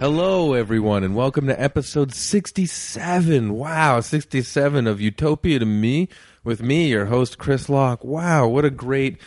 Hello, everyone, and welcome to episode 67. Wow, 67 of Utopia to Me with me, your host, Chris Locke. Wow, what a great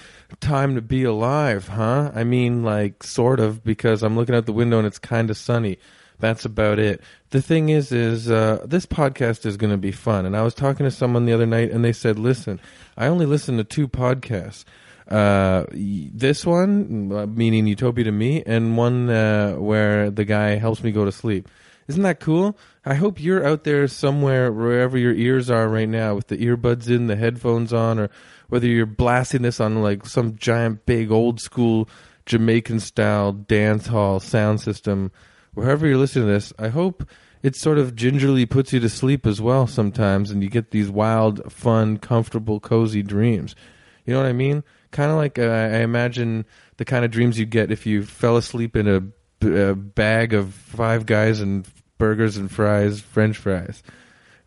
time to be alive, huh? I mean, like, sort of, because I'm looking out the window and it's kind of sunny. That's about it. The thing is, is uh, this podcast is going to be fun. And I was talking to someone the other night, and they said, "Listen, I only listen to two podcasts. Uh, y- this one, uh, meaning Utopia to me, and one uh, where the guy helps me go to sleep. Isn't that cool? I hope you're out there somewhere, wherever your ears are right now, with the earbuds in, the headphones on, or whether you're blasting this on like some giant, big, old school Jamaican style dance hall sound system wherever you're listening to this, I hope it sort of gingerly puts you to sleep as well sometimes, and you get these wild, fun, comfortable, cozy dreams. You know what I mean? Kind of like uh, I imagine the kind of dreams you get if you fell asleep in a, b- a bag of five guys and burgers and fries, French fries.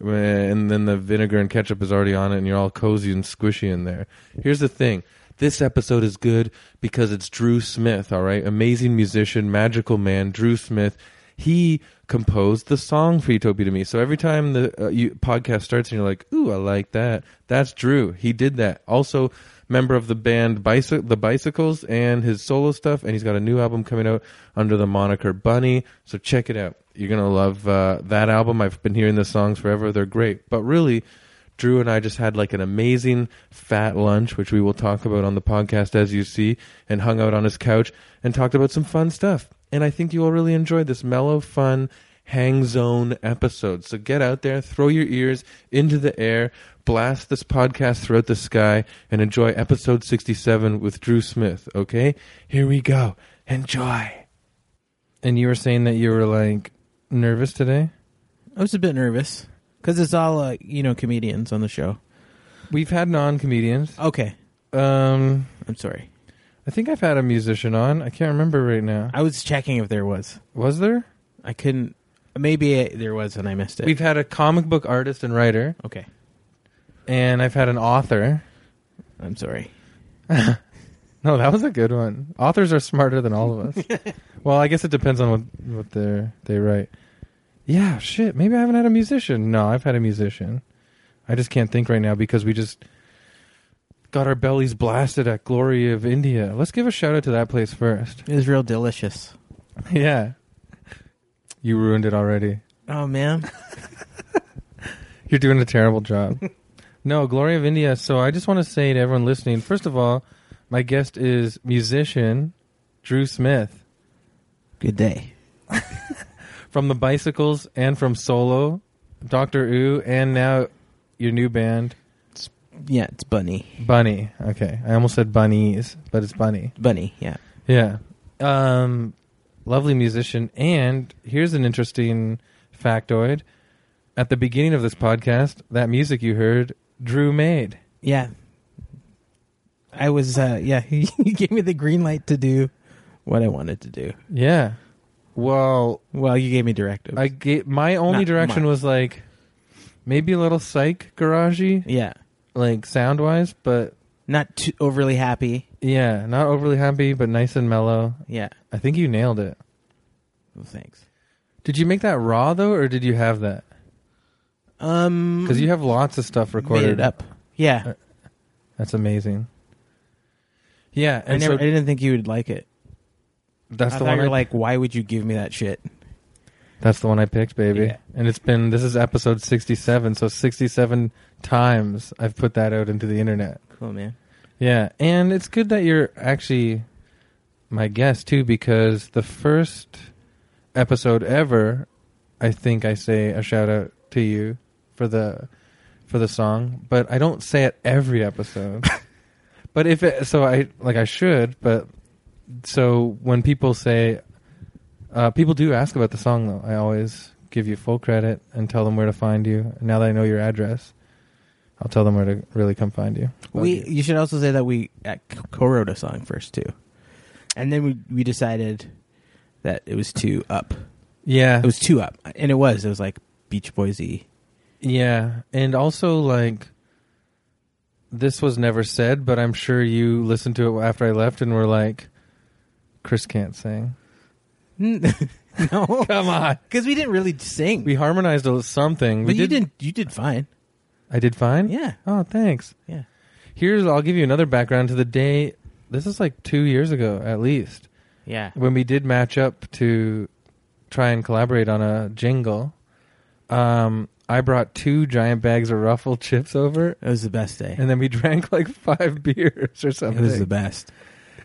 And then the vinegar and ketchup is already on it, and you're all cozy and squishy in there. Here's the thing this episode is good because it's Drew Smith, all right? Amazing musician, magical man, Drew Smith. He composed the song for Utopia to me. So every time the uh, you, podcast starts and you're like, ooh, I like that, that's Drew. He did that. Also, member of the band Bicy- The Bicycles and his solo stuff. And he's got a new album coming out under the moniker Bunny. So check it out. You're going to love uh, that album. I've been hearing the songs forever. They're great. But really, Drew and I just had like an amazing fat lunch, which we will talk about on the podcast as you see, and hung out on his couch and talked about some fun stuff. And I think you will really enjoy this mellow, fun, hang zone episode. So get out there, throw your ears into the air, blast this podcast throughout the sky, and enjoy episode 67 with Drew Smith, okay? Here we go. Enjoy. And you were saying that you were like nervous today? I was a bit nervous because it's all uh, you know comedians on the show. We've had non comedians. Okay, Um,. I'm sorry. I think I've had a musician on. I can't remember right now. I was checking if there was. Was there? I couldn't. Maybe it, there was and I missed it. We've had a comic book artist and writer, okay, and I've had an author. I'm sorry. No, that was a good one. Authors are smarter than all of us. well, I guess it depends on what what they they write. Yeah, shit. Maybe I haven't had a musician. No, I've had a musician. I just can't think right now because we just got our bellies blasted at Glory of India. Let's give a shout out to that place first. It was real delicious. yeah. You ruined it already. Oh man, You're doing a terrible job. no, Glory of India. So I just want to say to everyone listening, first of all, my guest is musician Drew Smith good day. from the Bicycles and from Solo, Doctor Ooh, and now your new band Yeah, it's Bunny. Bunny. Okay, I almost said bunnies, but it's Bunny. Bunny. Yeah. Yeah. Um, lovely musician. And here's an interesting factoid: at the beginning of this podcast, that music you heard, Drew made. Yeah. I was. uh Yeah, he gave me the green light to do what I wanted to do. Yeah. Well, Well, you gave me directives. I ga- my only Not direction much. was like maybe a little psych garagey, yeah, like sound wise, but not too overly happy. yeah, not overly happy, but nice and mellow. Yeah. I think you nailed it. Well, thanks. Did you make that raw though, or did you have that? Um, Because you have lots of stuff recorded made it up. Yeah. Uh, That's amazing. Yeah, I and never. I so didn't think you would like it. that's I the thought one you I, were like, why would you give me that shit? that's the one I picked, baby. Yeah. And it's been this is episode sixty-seven, so sixty-seven times I've put that out into the internet. Cool, man. Yeah, and it's good that you're actually my guest too, because the first episode ever, I think I say a shout out to you for the for the song, but I don't say it every episode. but if it, so, I like I should, but so when people say, uh, people do ask about the song though. I always give you full credit and tell them where to find you. And now that I know your address, I'll tell them where to really come find you. Fuck We you. you should also say that we uh, c- co-wrote a song first too, and then we we decided that it was too up. Yeah. It was too up, and it was. It was like Beach Boysy. yeah. And also like this was never said, but I'm sure you listened to it after I left and were like, Chris can't sing. no, Come on. because we didn't really sing. We harmonized a little something. but we you didn't. You did fine. I did fine? Yeah, Oh, thanks. yeah. Here's, I'll give you another background to the day. This is like two years ago at least. Yeah. when we did match up to try and collaborate on a jingle, um, I brought two giant bags of Ruffle chips over, It was the best day. and then we drank like five beers or It something. was the best.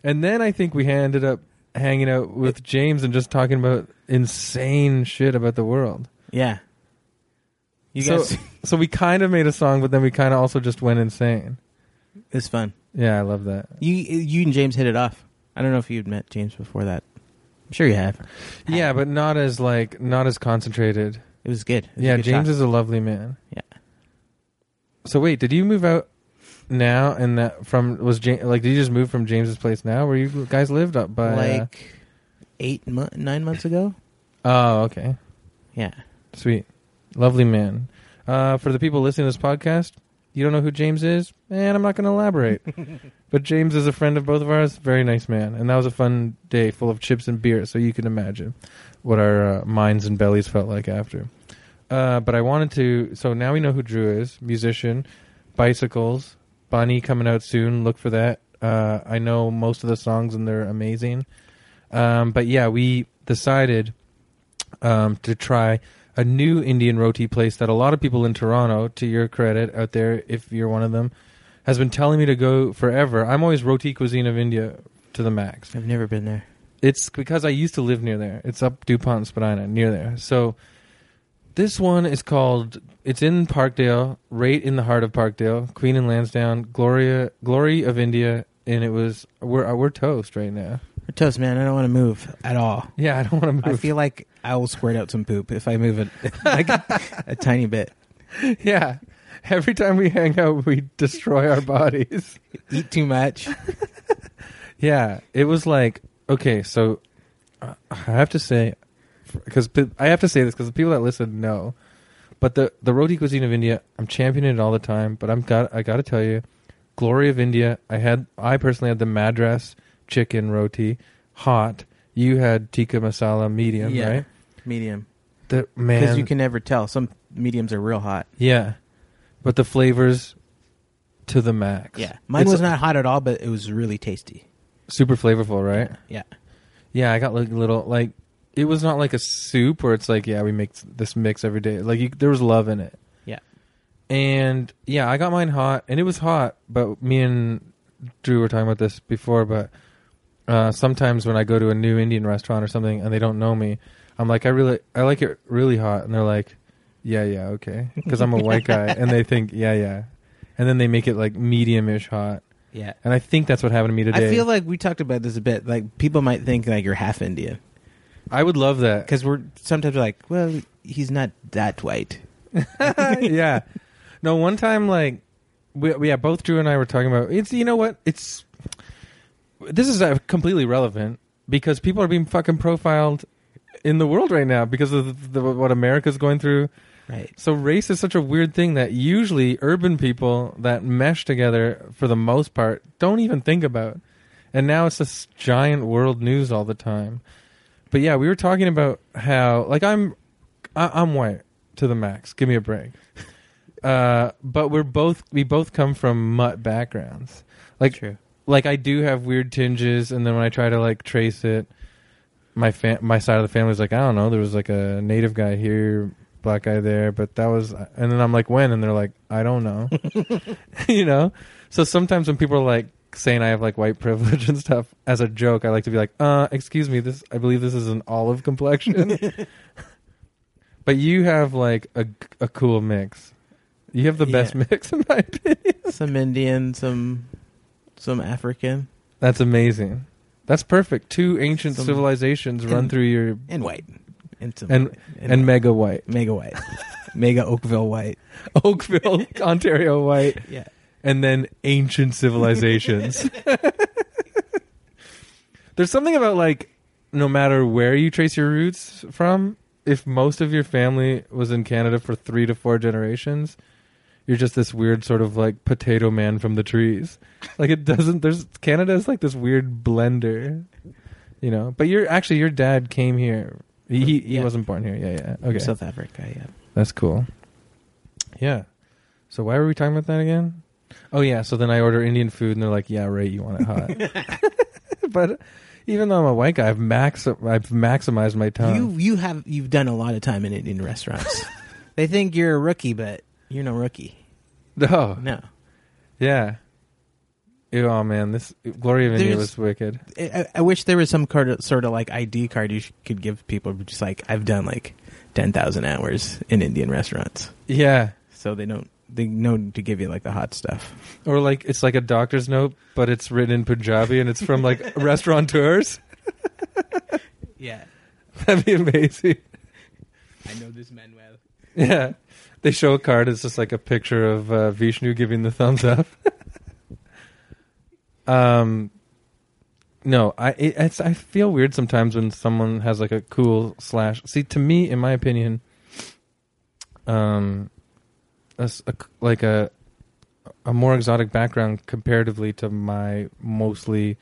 and then I think we ended up hanging out with James and just talking about insane shit about the world. Yeah. You So- guys, So we kind of made a song, but then we kind of also just went insane. it's fun. Yeah, I love that. You, you and James hit it off. I don't know if you'd met James before that. I'm sure you have. Yeah, but not as like not as concentrated. It was good. It was a Yeah, good James shot. is a lovely man. Yeah. So wait, did you move out now? And that from was James like? Did you just move from James's place now? Where you guys lived up by? uh, like eight, mo- nine months ago. oh, okay, Yeah. sweet, lovely man. Uh, for the people listening to this podcast, you don't know who James is, and I'm not going to elaborate. but James is a friend of both of ours, very nice man, and that was a fun day full of chips and beer. So you can imagine what our uh, minds and bellies felt like after. Uh, but I wanted to. So now we know who Drew is, musician, bicycles, Bonnie coming out soon. Look for that. Uh, I know most of the songs and they're amazing. Um, but yeah, we decided um, to try a new Indian roti place that a lot of people in Toronto, to your credit, out there, if you're one of them, has been telling me to go forever. I'm always roti cuisine of India to the max. I've never been there. It's because I used to live near there. It's up DuPont and Spadina, near there. So this one is called it's in Parkdale, right in the heart of Parkdale, Queen and Lansdowne, Gloria Glory of India, and it was we're we're toast right now. We're toast, man. I don't want to move at all. Yeah, I don't want to I move. feel like I will squirt out some poop if I move it like a, a tiny bit. yeah. Every time we hang out, we destroy our bodies. Eat too much. Yeah, it was like okay, so uh, I have to say because I have to say this because the people that listen know, but the the roti cuisine of India, I'm championing it all the time. But I'm got I got to tell you, glory of India. I had I personally had the Madras chicken roti, hot. You had tikka masala medium, Yeah. right? Medium. The Because man, you can never tell. Some mediums are real hot. yeah, but the flavors to the max. Mine It's was not hot at all, but it was really tasty. super flavorful, right? Yeah. Yeah, I got like little like it was not like a soup where it's like yeah we make this mix every day. Like you, there was love in it. Yeah. And yeah, I got mine hot and it was hot. But me and Drew were talking about this before. But uh, sometimes when I go to a new Indian restaurant or something and they don't know me, I'm like I really I like it really hot, and they're like, yeah yeah okay, because I'm a white guy, and they think yeah yeah, and then they make it like medium-ish hot. Yeah. And I think that's what happened to me today. I feel like we talked about this a bit. Like people might think like you're half Indian I would love that. because we're sometimes like, well, he's not that white. yeah. No, one time, like, we, we- yeah, both Drew and I were talking about it's. You know what? It's this is uh, completely relevant because people are being fucking profiled in the world right now because of the, what America's going through. Right. So race is such a weird thing that usually urban people that mesh together for the most part don't even think about. And now it's this giant world news all the time. But yeah, we were talking about how like I'm I, I'm white to the max. Give me a break. Uh, but we're both we both come from mutt backgrounds. Like True. like I do have weird tinges, and then when I try to like trace it, my fam- my side of the family's like, I don't know, there was like a native guy here, black guy there, but that was, and then I'm like, when? And they're like, I don't know, you know. So sometimes when people are like saying I have like white privilege and stuff as a joke, I like to be like, uh, excuse me, this I believe this is an olive complexion. but you have like a a cool mix. You have the best Yeah. mix in my opinion. Some Indian, some some African, That's amazing. That's perfect. Two ancient Some- civilizations run and- through your and white, and some And- and mega white, mega white, mega Oakville white. Oakville, Ontario white, Yeah. and then ancient civilizations. There's something about like no matter where you trace your roots from, if most of your family was in Canada for 3 to 4 generations, you're just this weird sort of like potato man from the trees. Like it doesn't. There's Canada is like this weird blender, you know. But you're actually your dad came here. He he, he Yeah. wasn't born here. Yeah, yeah. Okay, South Africa. Yeah. that's cool. Yeah. So why were we talking about that again? Oh yeah. So then I order Indian food and they're like, "Yeah, right. You want it hot." but even though I'm a white guy, I've max I've maximized my time. You you have you've done a lot of time in Indian restaurants. they think you're a rookie, but you're no rookie. No. No, Oh, Yeah. Ew, oh man, this Glory of India was There's- wicked. I, I- I wish there was some card, sort of like ID card you sh- could give people. Just like I've done like ten thousand hours in Indian restaurants, Yeah. so they don't they know to give you like the hot stuff. Or like it's like a doctor's note, but it's written in Punjabi and it's from like restaurateurs. Yeah, That'd be amazing. I know this man well. Yeah. They show a card, it's just like a picture of uh, Vishnu giving the thumbs up. um no, I it, it's, I feel weird sometimes when someone has like a cool slash. See, to me, in my opinion, um, a s- a c- like a a more exotic background comparatively to my mostly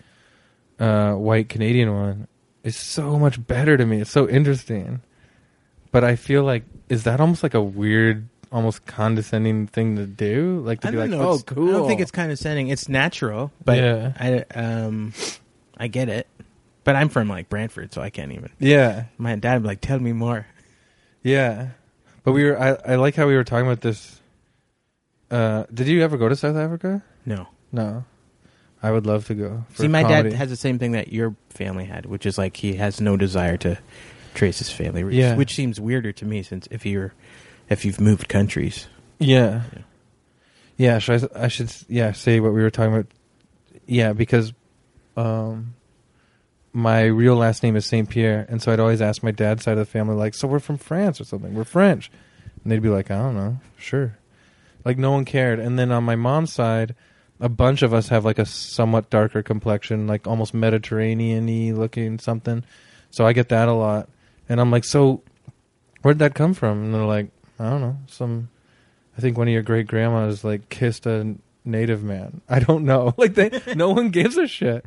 uh, white Canadian one is so much better to me. It's so interesting, but I feel like is that almost like a weird, almost condescending thing to do? Like to I be don't like, know. oh, it's- cool. I don't think it's condescending. It's natural, but Yeah. I um I get it. But I'm from like Brantford, so I can't even. yeah. My dad would be like, tell me more. Yeah, but we were. I, I like how we were talking about this. Uh, did you ever go to South Africa? No. No, I would love to go. for See, my comedy. dad has the same thing that your family had, which is like he has no desire to trace his family, roots, Yeah. which seems weirder to me since if you're if you've moved countries. Yeah. Yeah. Yeah, should I, s- I should s- yeah say what we were talking about. Yeah, because um my real last name is St. Pierre, and so I'd always ask my dad's side of the family like, "So we're from France or something. We're French." And they'd be like, "I don't know. Sure." Like no one cared. And then on my mom's side, a bunch of us have like a somewhat darker complexion, like almost Mediterranean-y looking something. So I get that a lot. And I'm like, "So where'd that come from?" And they're like, "I don't know. Some I think one of your great grandmas like kissed a native man. I don't know. Like they, no one gives a shit.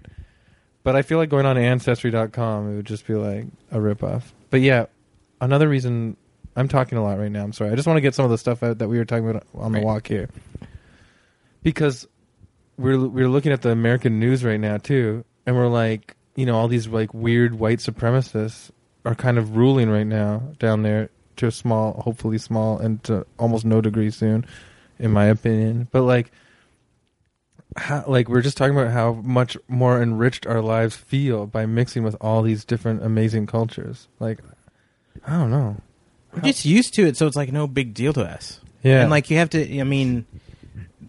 But I feel like going on ancestry.com it would just be like a ripoff. But yeah, another reason I'm talking a lot right now. I'm sorry. I just want to get some of the stuff out that we were talking about on the Right. walk here. Because we're we're looking at the American news right now too and we're like, you know, all these like weird white supremacists are kind of ruling right now down there to a small, hopefully small, and to almost no degree soon, in my opinion. But like, how, like we we're just talking about how much more enriched our lives feel by mixing with all these different amazing cultures. Like, I don't know. We're just used to it, so it's like no big deal to us. Yeah, And like you have to I mean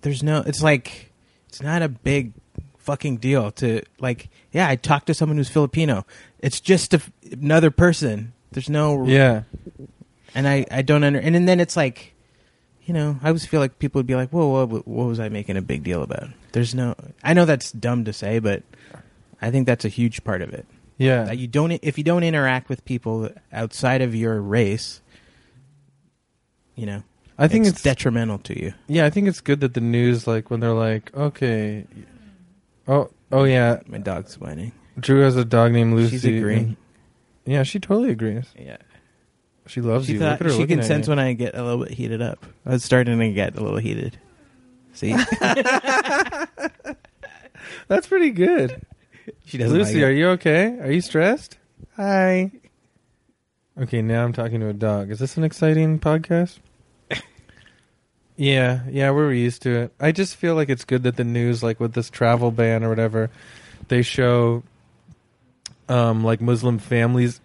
there's no it's like it's not a big fucking deal to like yeah, I talked to someone who's Filipino. It's just a, another person. There's no yeah, and I, I don't under and, then it's like you know i always feel like people would be like whoa, whoa what was i making a big deal about there's no i know that's dumb to say but i think that's a huge part of it yeah, that you don't if you don't interact with people outside of your race you know I think it's, detrimental to you yeah, I think it's good that the news like when they're like, okay, oh oh yeah, my dog's whining Drew has a dog named Lucy. she's agreeing and- yeah, she totally agrees. yeah She loves she, you. thought, Look at her she looking can at sense you. when i get a little bit heated up i was starting to get a little heated see That's pretty good. she doesn't Lucy, like it. are you okay? Are you stressed? Hi. Okay, now I'm talking to a dog. Is this an exciting podcast? yeah, yeah, we're used to it. I just feel like it's good that the news, like with this travel ban or whatever, they show um like Muslim families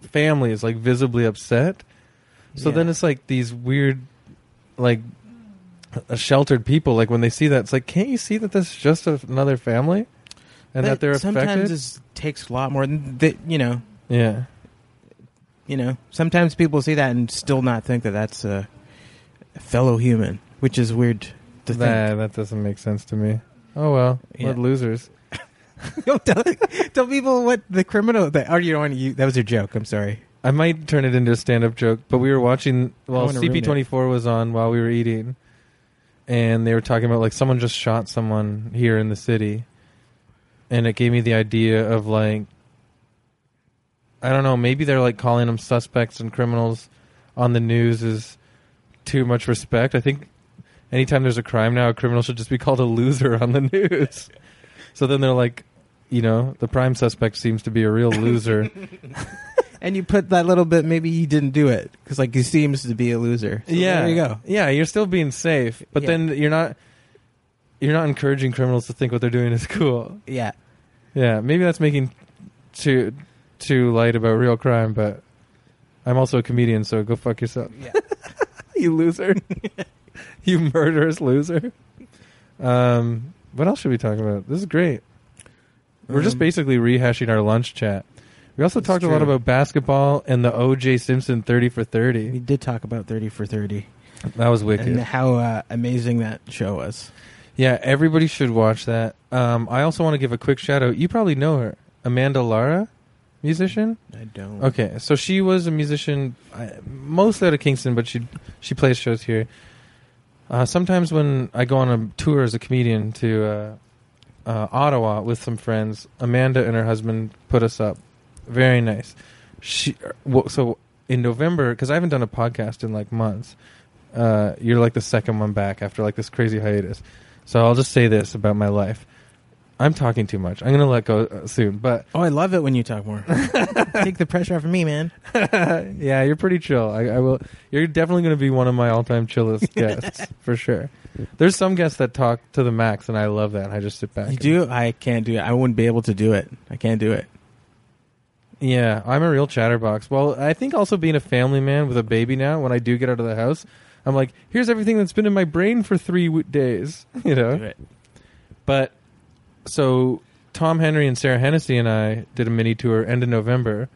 families like visibly upset. So Yeah. then it's like these weird like uh, sheltered people like when they see that it's like can't you see that this is just a, another family and But that they're sometimes affected it takes a lot more than that you know yeah you know sometimes people see that and still not think that that's a fellow human which is weird to Nah, that doesn't make sense to me oh well Yeah. what losers think Don't tell, tell people what the criminal that are you on you that was a joke i'm sorry i might turn it into a stand-up joke but we were watching I well wanna ruin it. cp24 was on while we were eating and they were talking about like someone just shot someone here in the city, and it gave me the idea of like, I don't know, maybe they're like calling them suspects and criminals on the news is too much respect. I think anytime there's a crime now, a criminal should just be called a loser on the news. so then they're like, you know, the prime suspect seems to be a real loser. And you put that little bit. Maybe he didn't do it because like he seems to be a loser. So yeah, there you go. Yeah, you're still being safe, but Yeah. then you're not. You're not encouraging criminals to think what they're doing is cool. Yeah, Yeah, maybe that's making too too light about real crime, but I'm also a comedian, so go fuck yourself. yeah. you loser. you murderous loser. Um, what else should we talk about? This is great. We're just Um, basically rehashing our lunch chat. We also That's talked a lot true. about basketball and the OJ Simpson 30 for We 30. did talk about thirty for thirty That was wicked. and how uh, amazing that show was. yeah, everybody should watch that. Um, I also want to give a quick shout out. You probably know her, Amanda Lara, musician. I don't. Okay, so she was a musician, uh, mostly out of Kingston, but she she plays shows here. Uh, sometimes when I go on a tour as a comedian to uh, uh, Ottawa with some friends, Amanda and her husband put us up. Very nice. She well, so in November because I haven't done a podcast in like months. Uh, you're like the second one back after like this crazy hiatus. So I'll just say this about my life. I'm talking too much. I'm gonna let go uh, soon, but Oh, I love it when you talk more. Take the pressure off of me, man. yeah, you're pretty chill. I, I will. You're definitely going to be one of my all-time chillest guests for sure. There's some guests that talk to the max, and I love that. I just sit back. You and- do? I can't do it. I wouldn't be able to do it. I can't do it. Yeah, I'm a real chatterbox. Well, I think also being a family man with a baby now, when I do get out of the house, I'm like, here's everything that's been in my brain for three w- days. You know. Do it. But so Tom Henry and Sarah Hennessy and I did a mini tour end of November.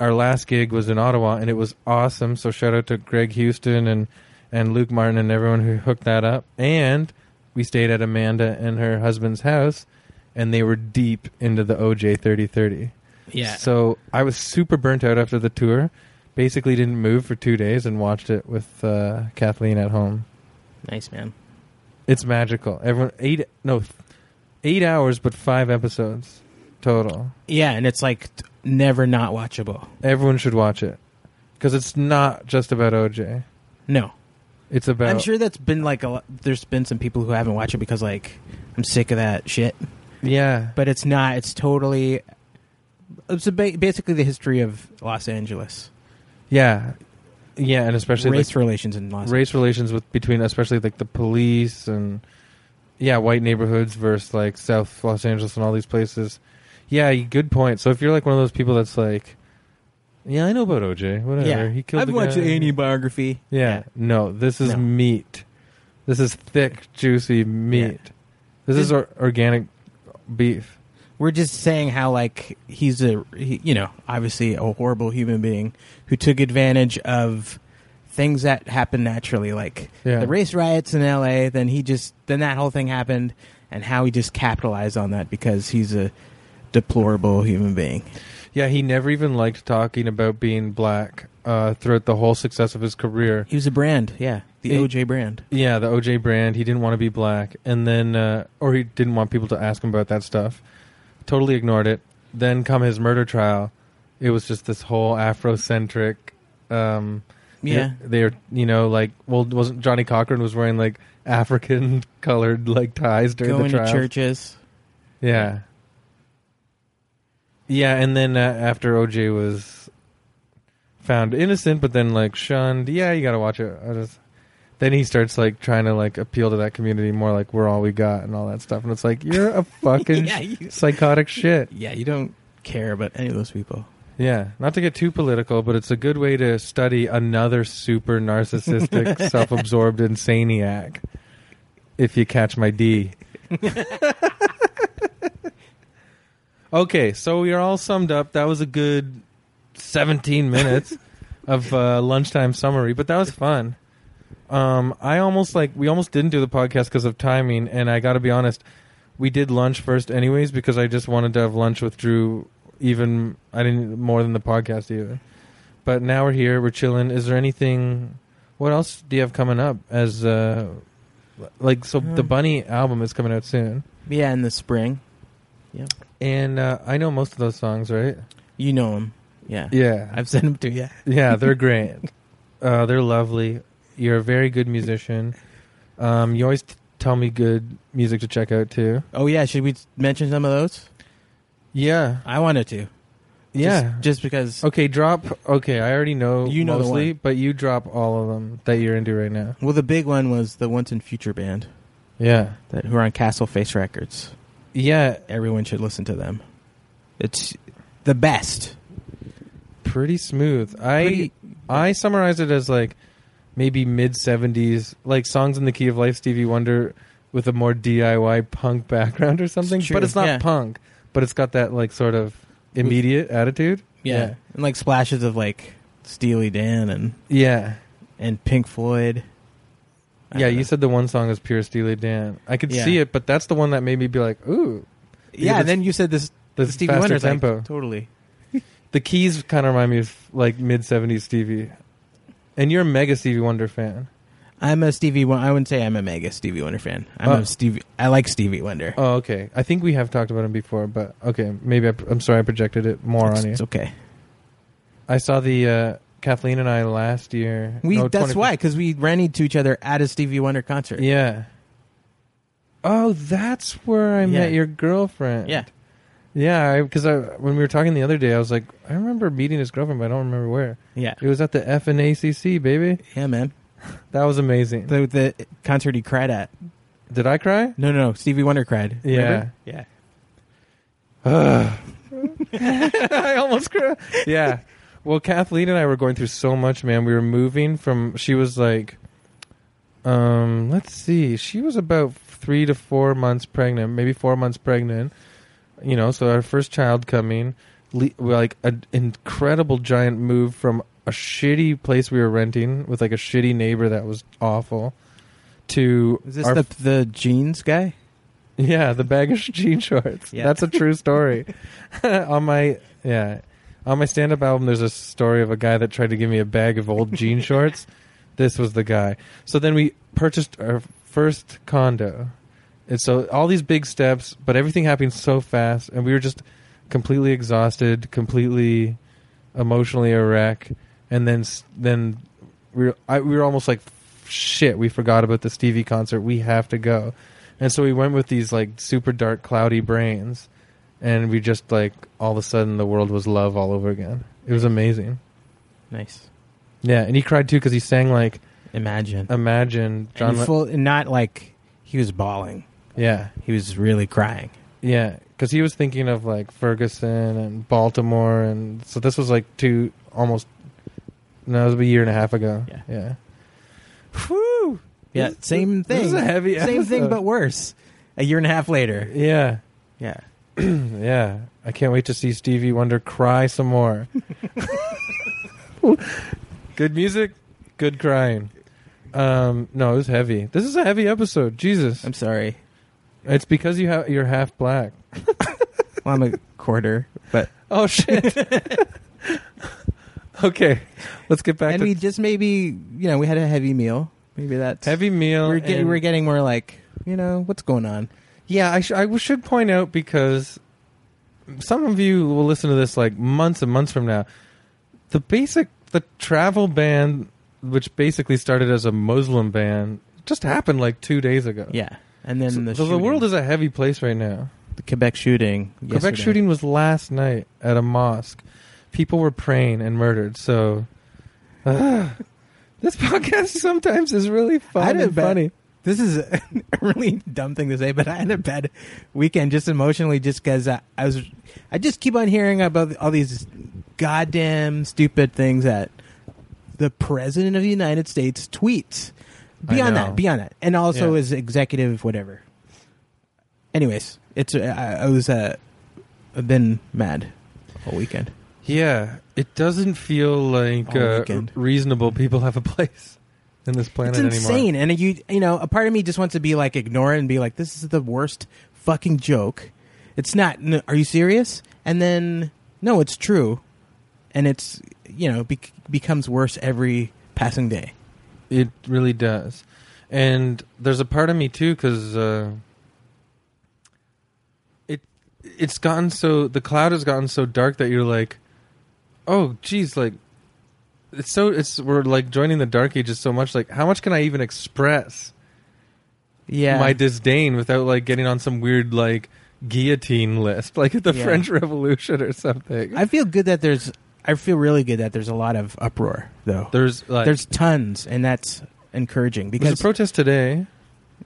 Our last gig was in Ottawa and it was awesome. So shout out to Greg Houston and and Luke Martin and everyone who hooked that up. And we stayed at Amanda and her husband's house and they were deep into the OJ 3030. Yeah. So I was super burnt out after the tour. Basically didn't move for 2 days and watched it with uh, Kathleen at home. nice, man. It's magical. Everyone eight no f- eight hours, but five episodes total. Yeah, and it's like t- never not watchable. Everyone should watch it because it's not just about OJ. No. It's about I'm sure that's been like a lot. There's been some people who haven't watched it because, like, I'm sick of that shit. yeah, But it's not. It's totally. It's a ba- basically the history of Los Angeles. yeah, yeah, and especially race race, relations in Los like, race relations with between especially like the police and yeah, white neighborhoods versus like South Los Angeles and all these places. Yeah, good point. So if you're like one of those people that's like, yeah, I know about OJ, whatever. Yeah. He killed. I've the watched guy. the Annie biography. Yeah. No, this is No. meat. This is thick, juicy meat. This is or- organic beef. We're just saying how like he's a he, you know obviously a horrible human being who took advantage of things that happened naturally, like Yeah. the race riots in L.A. Then he just then that whole thing happened, and how he just capitalized on that because he's a deplorable human being. Yeah, he never even liked talking about being black uh, throughout the whole success of his career. He was a brand, yeah, the It- OJ brand. Yeah, the OJ brand. He didn't want to be black, and then uh, or he didn't want people to ask him about that stuff. Totally ignored it. Then come his murder trial. It was just this whole Afrocentric. Um, Yeah, they're you know like well wasn't Johnny Cochran was wearing like African colored like ties during going the trial. to churches. Yeah. Yeah, and then uh, after OJ was found innocent, but then like shunned. Yeah, you gotta watch it. I just then he starts like trying to like appeal to that community more, like we're all we got and all that stuff. And it's like you're a fucking yeah, you, psychotic shit. yeah, you don't care about any of those people. Yeah, not to get too political, but it's a good way to study another super narcissistic, self absorbed insaniac. If you catch my D. okay, so we are all summed up. That was a good 17 minutes of uh, lunchtime summary, but that was fun. Um, I almost like we almost didn't do the podcast because of timing, and I got to be honest, we did lunch first anyways because I just wanted to have lunch with Drew. Even I didn't more than the podcast either. But now we're here, we're chilling. Is there anything? What else do you have coming up as uh, Like so, the Bunny album is coming out soon, Yeah, in the spring. Yeah, and uh, I know most of those songs, right? you know him. Yeah, Yeah, I've sent him to you. yeah, they're great. Uh, they're lovely. You're a very good musician. Um, you always t- tell me good music to check out too. Oh yeah, should we mention some of those? Yeah, I wanted to. yeah. just, just because. okay, drop. Okay, I already know You know the mostly, but you drop all of them that you're into right now. Well, the big one was the Once in Future band Yeah, that who are on Castle Face Records. yeah. Everyone should listen to them. It's the best. Pretty smooth. I Pretty- I summarize it as like maybe mid '70s, like songs in the key of life, Stevie Wonder, with a more DIY punk background or something. true, but it's not yeah. punk. But it's got that like sort of immediate attitude. yeah, and like splashes of like Steely Dan and Yeah. and Pink Floyd. I Yeah, don't you know. said the one song is pure Steely Dan. I could Yeah. see it, but that's the one that made me be like, ooh, yeah. it's- And then you said this the Stevie faster Wonder's like, tempo. totally. the keys kind of remind me of like mid '70s Stevie. And you're a mega Stevie Wonder fan. I'm a Stevie. Won- I wouldn't say I'm a mega Stevie Wonder fan. I'm Oh. a Stevie. I like Stevie Wonder. Oh, okay. I think we have talked about him before, but okay, maybe I, I'm sorry I projected it more it's, on you. it's okay. I saw the uh, Kathleen and I last year. We No, that's 20 why because we ran into each other at a Stevie Wonder concert. Yeah. Oh, that's where I met Yeah. your girlfriend. Yeah. Yeah, because I, when we were talking the other day, I was like, I remember meeting his girlfriend, but I don't remember where. yeah, It was at the FNACC, baby. yeah, man. That was amazing. The the concert he cried at. Did I cry? No, no, no. Stevie Wonder cried. Yeah. Remember? yeah. Ugh. I almost cried. Yeah. Well, Kathleen and I were going through so much, man. We were moving from. She was like, um, let's see. She was about three to four months pregnant, maybe four months pregnant. You know, so our first child coming, le- we're like an incredible giant move from a shitty place we were renting with like a shitty neighbor that was awful to Is this our the the jeans guy? yeah, the bag of jean shorts. Yeah. That's a true story. on my yeah, on my stand-up album, there's a story of a guy that tried to give me a bag of old jean shorts. This was the guy. So then we purchased our first condo, and so all these big steps, but everything happened so fast, and we were just completely exhausted, completely emotionally a wreck, and then s- then we were, I, we were almost like shit. We forgot about the Stevie concert. We have to go, and so we went with these like super dark, cloudy brains, and we just like all of a sudden the world was love all over again. It was amazing. Nice. Yeah, and he cried too because he sang like Imagine. "Imagine." Uh, John. and Le- full, and not like he was bawling. yeah, He was really crying. yeah, because he was thinking of like Ferguson and Baltimore, and so this was like two almost. No, it was a year and a half ago. Yeah. yeah. Whew. Yeah, This- same thing. This is a heavy. same thing, episode. but worse. A year and a half later. yeah. Yeah. Mm, Yeah, I can't wait to see Stevie Wonder cry some more. good music, good crying. Um, no, it was heavy. This is a heavy episode. Jesus, I'm sorry. it's because you have you're half black. Well, I'm a quarter, but Oh shit. okay, let's get back and to we just maybe you know we had a heavy meal. Maybe that's heavy meal. We're, get, and- we're getting more like you know what's going on. Yeah, I, sh- I w- should point out because some of you will listen to this like months and months from now. The basic, the travel ban, which basically started as a Muslim ban, just happened like two days ago. Yeah, and then So- the so the shooting- world is a heavy place right now. the Quebec shooting. Quebec yesterday. shooting was last night at a mosque. People were praying and murdered. So ah, this podcast sometimes is really I fun had a and bad- funny. This is a really dumb thing to say, but I had a bad weekend just emotionally, just because I, I was. I just keep on hearing about all these goddamn stupid things that the president of the United States tweets. I Beyond know. that, beyond that, and also Yeah. is executive whatever. Anyways, it's uh, I, I was uh, I've been mad all weekend. Yeah, it doesn't feel like All uh, weekend. reasonable people have a place in this planet It's anymore. insane, and you you know, a part of me just wants to be like ignore it and be like, this is the worst fucking joke. It's not. N- are you serious? And then no, it's true, and it's you know bec becomes worse every passing day. It really does. and there's a part of me too because uh, it it's gotten so the cloud has gotten so dark that you're like, oh geez, like it's so it's we're like joining the dark ages so much. Like, how much can I even express Yeah. my disdain without like getting on some weird like guillotine list, like at the Yeah. French Revolution or something? I feel good that there's. I feel really good that there's a lot of uproar though. there's like, there's tons, and that's encouraging there's because a protest today.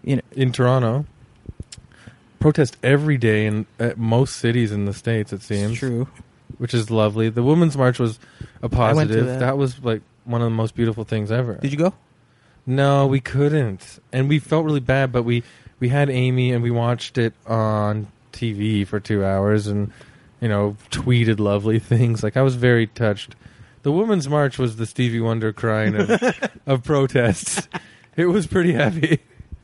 you know in Toronto. Protest every day in at most cities in the states. It it's seems, true. which is lovely. The Women's March was a positive. that. That. was like one of the most beautiful things ever. Did you go? no, we couldn't, and we felt really bad. But we we had Amy, and we watched it on TV for two hours, and you know tweeted lovely things. Like I was very touched. The Women's March was the Stevie Wonder crying of, of protests. It was pretty heavy.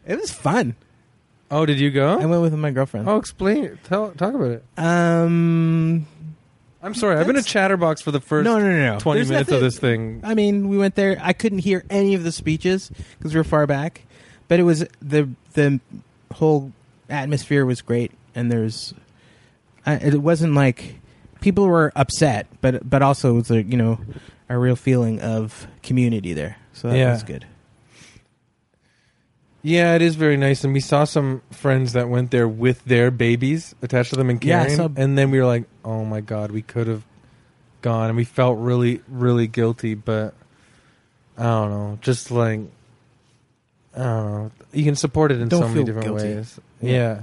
It was fun. Oh, did you go? I went with my girlfriend. Oh, explain it. Tell, talk about it. Um, I'm sorry. I've been a That's- chatterbox for the first no, no, no, no. 20 There's minutes nothing- of this thing. I mean, we went there. I couldn't hear any of the speeches because we were far back, but it was the the whole atmosphere was great, and there's I, it wasn't like people were upset, but but also it was a you know a real feeling of community there, so that Yeah. was good. Yeah, it is very nice. And we saw some friends that went there with their babies attached to them and Yeah, I carrying. saw- and then we were like, oh my God, we could have gone. And we felt really, really guilty. But I don't know. Just like, I don't know. You can support it in Don't so many feel different guilty. ways. Yeah. Yeah.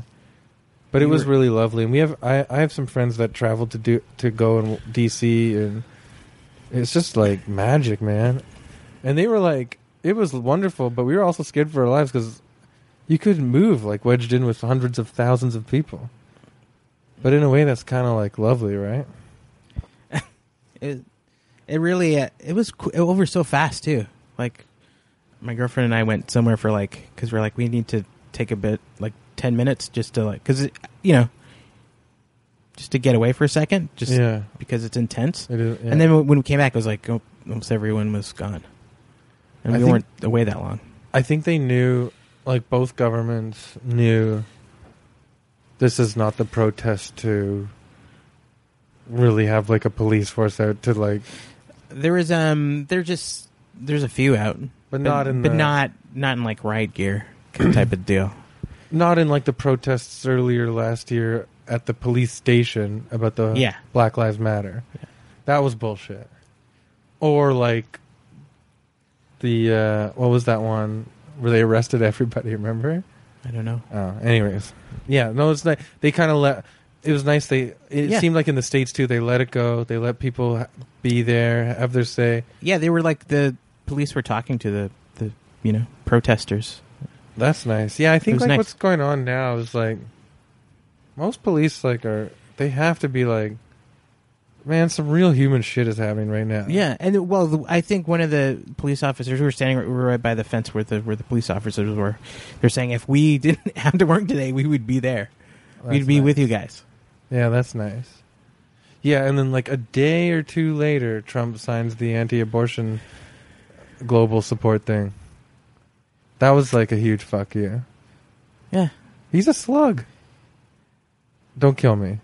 But it You was were- really lovely, and we have I, I have some friends that traveled to do to go in D.C. and it's just like magic, man. And they were like, it was wonderful, but we were also scared for our lives because you couldn't move, like wedged in with hundreds of thousands of people. But in a way, that's kind of like lovely, right? It it really uh, it was qu- over so fast too. Like my girlfriend and I went somewhere for like because we're like we need to take a bit like ten minutes just to like because you know just to get away for a second just yeah, because it's intense. it is. yeah. And then when we came back, it was like oh, almost everyone was gone, and I we think- weren't away that long. I think they knew, like both governments knew, this is not the protest to really have like a police force out to like, There was um there just there's a few out, but, not in but the, not not in like riot gear type of deal. not in like the protests earlier last year at the police station about the yeah, Black Lives Matter. Yeah. That was bullshit. Or like the uh, what was that one where they arrested everybody? Remember? I don't know. Oh, anyways, yeah, no, it's nice. They kind of let. It was nice. They it Yeah. seemed like in the states too. They let it go. They let people ha- be there, have their say. Yeah, they were like the police were talking to the the you know protesters. That's nice. Yeah, I think was like nice. what's going on now is like most police like are they have to be like, man, some real human shit is happening right now. Yeah, and it- well, the, I think one of the police officers we were standing right, we were right by the fence where the where the police officers were. They're saying if we didn't have to work today, we would be there. We'd That's be nice. with you guys. Yeah, that's nice. Yeah, and then like a day or two later, Trump signs the anti-abortion global support thing. That was like a huge fuck yeah. Yeah. He's a slug. Don't kill me.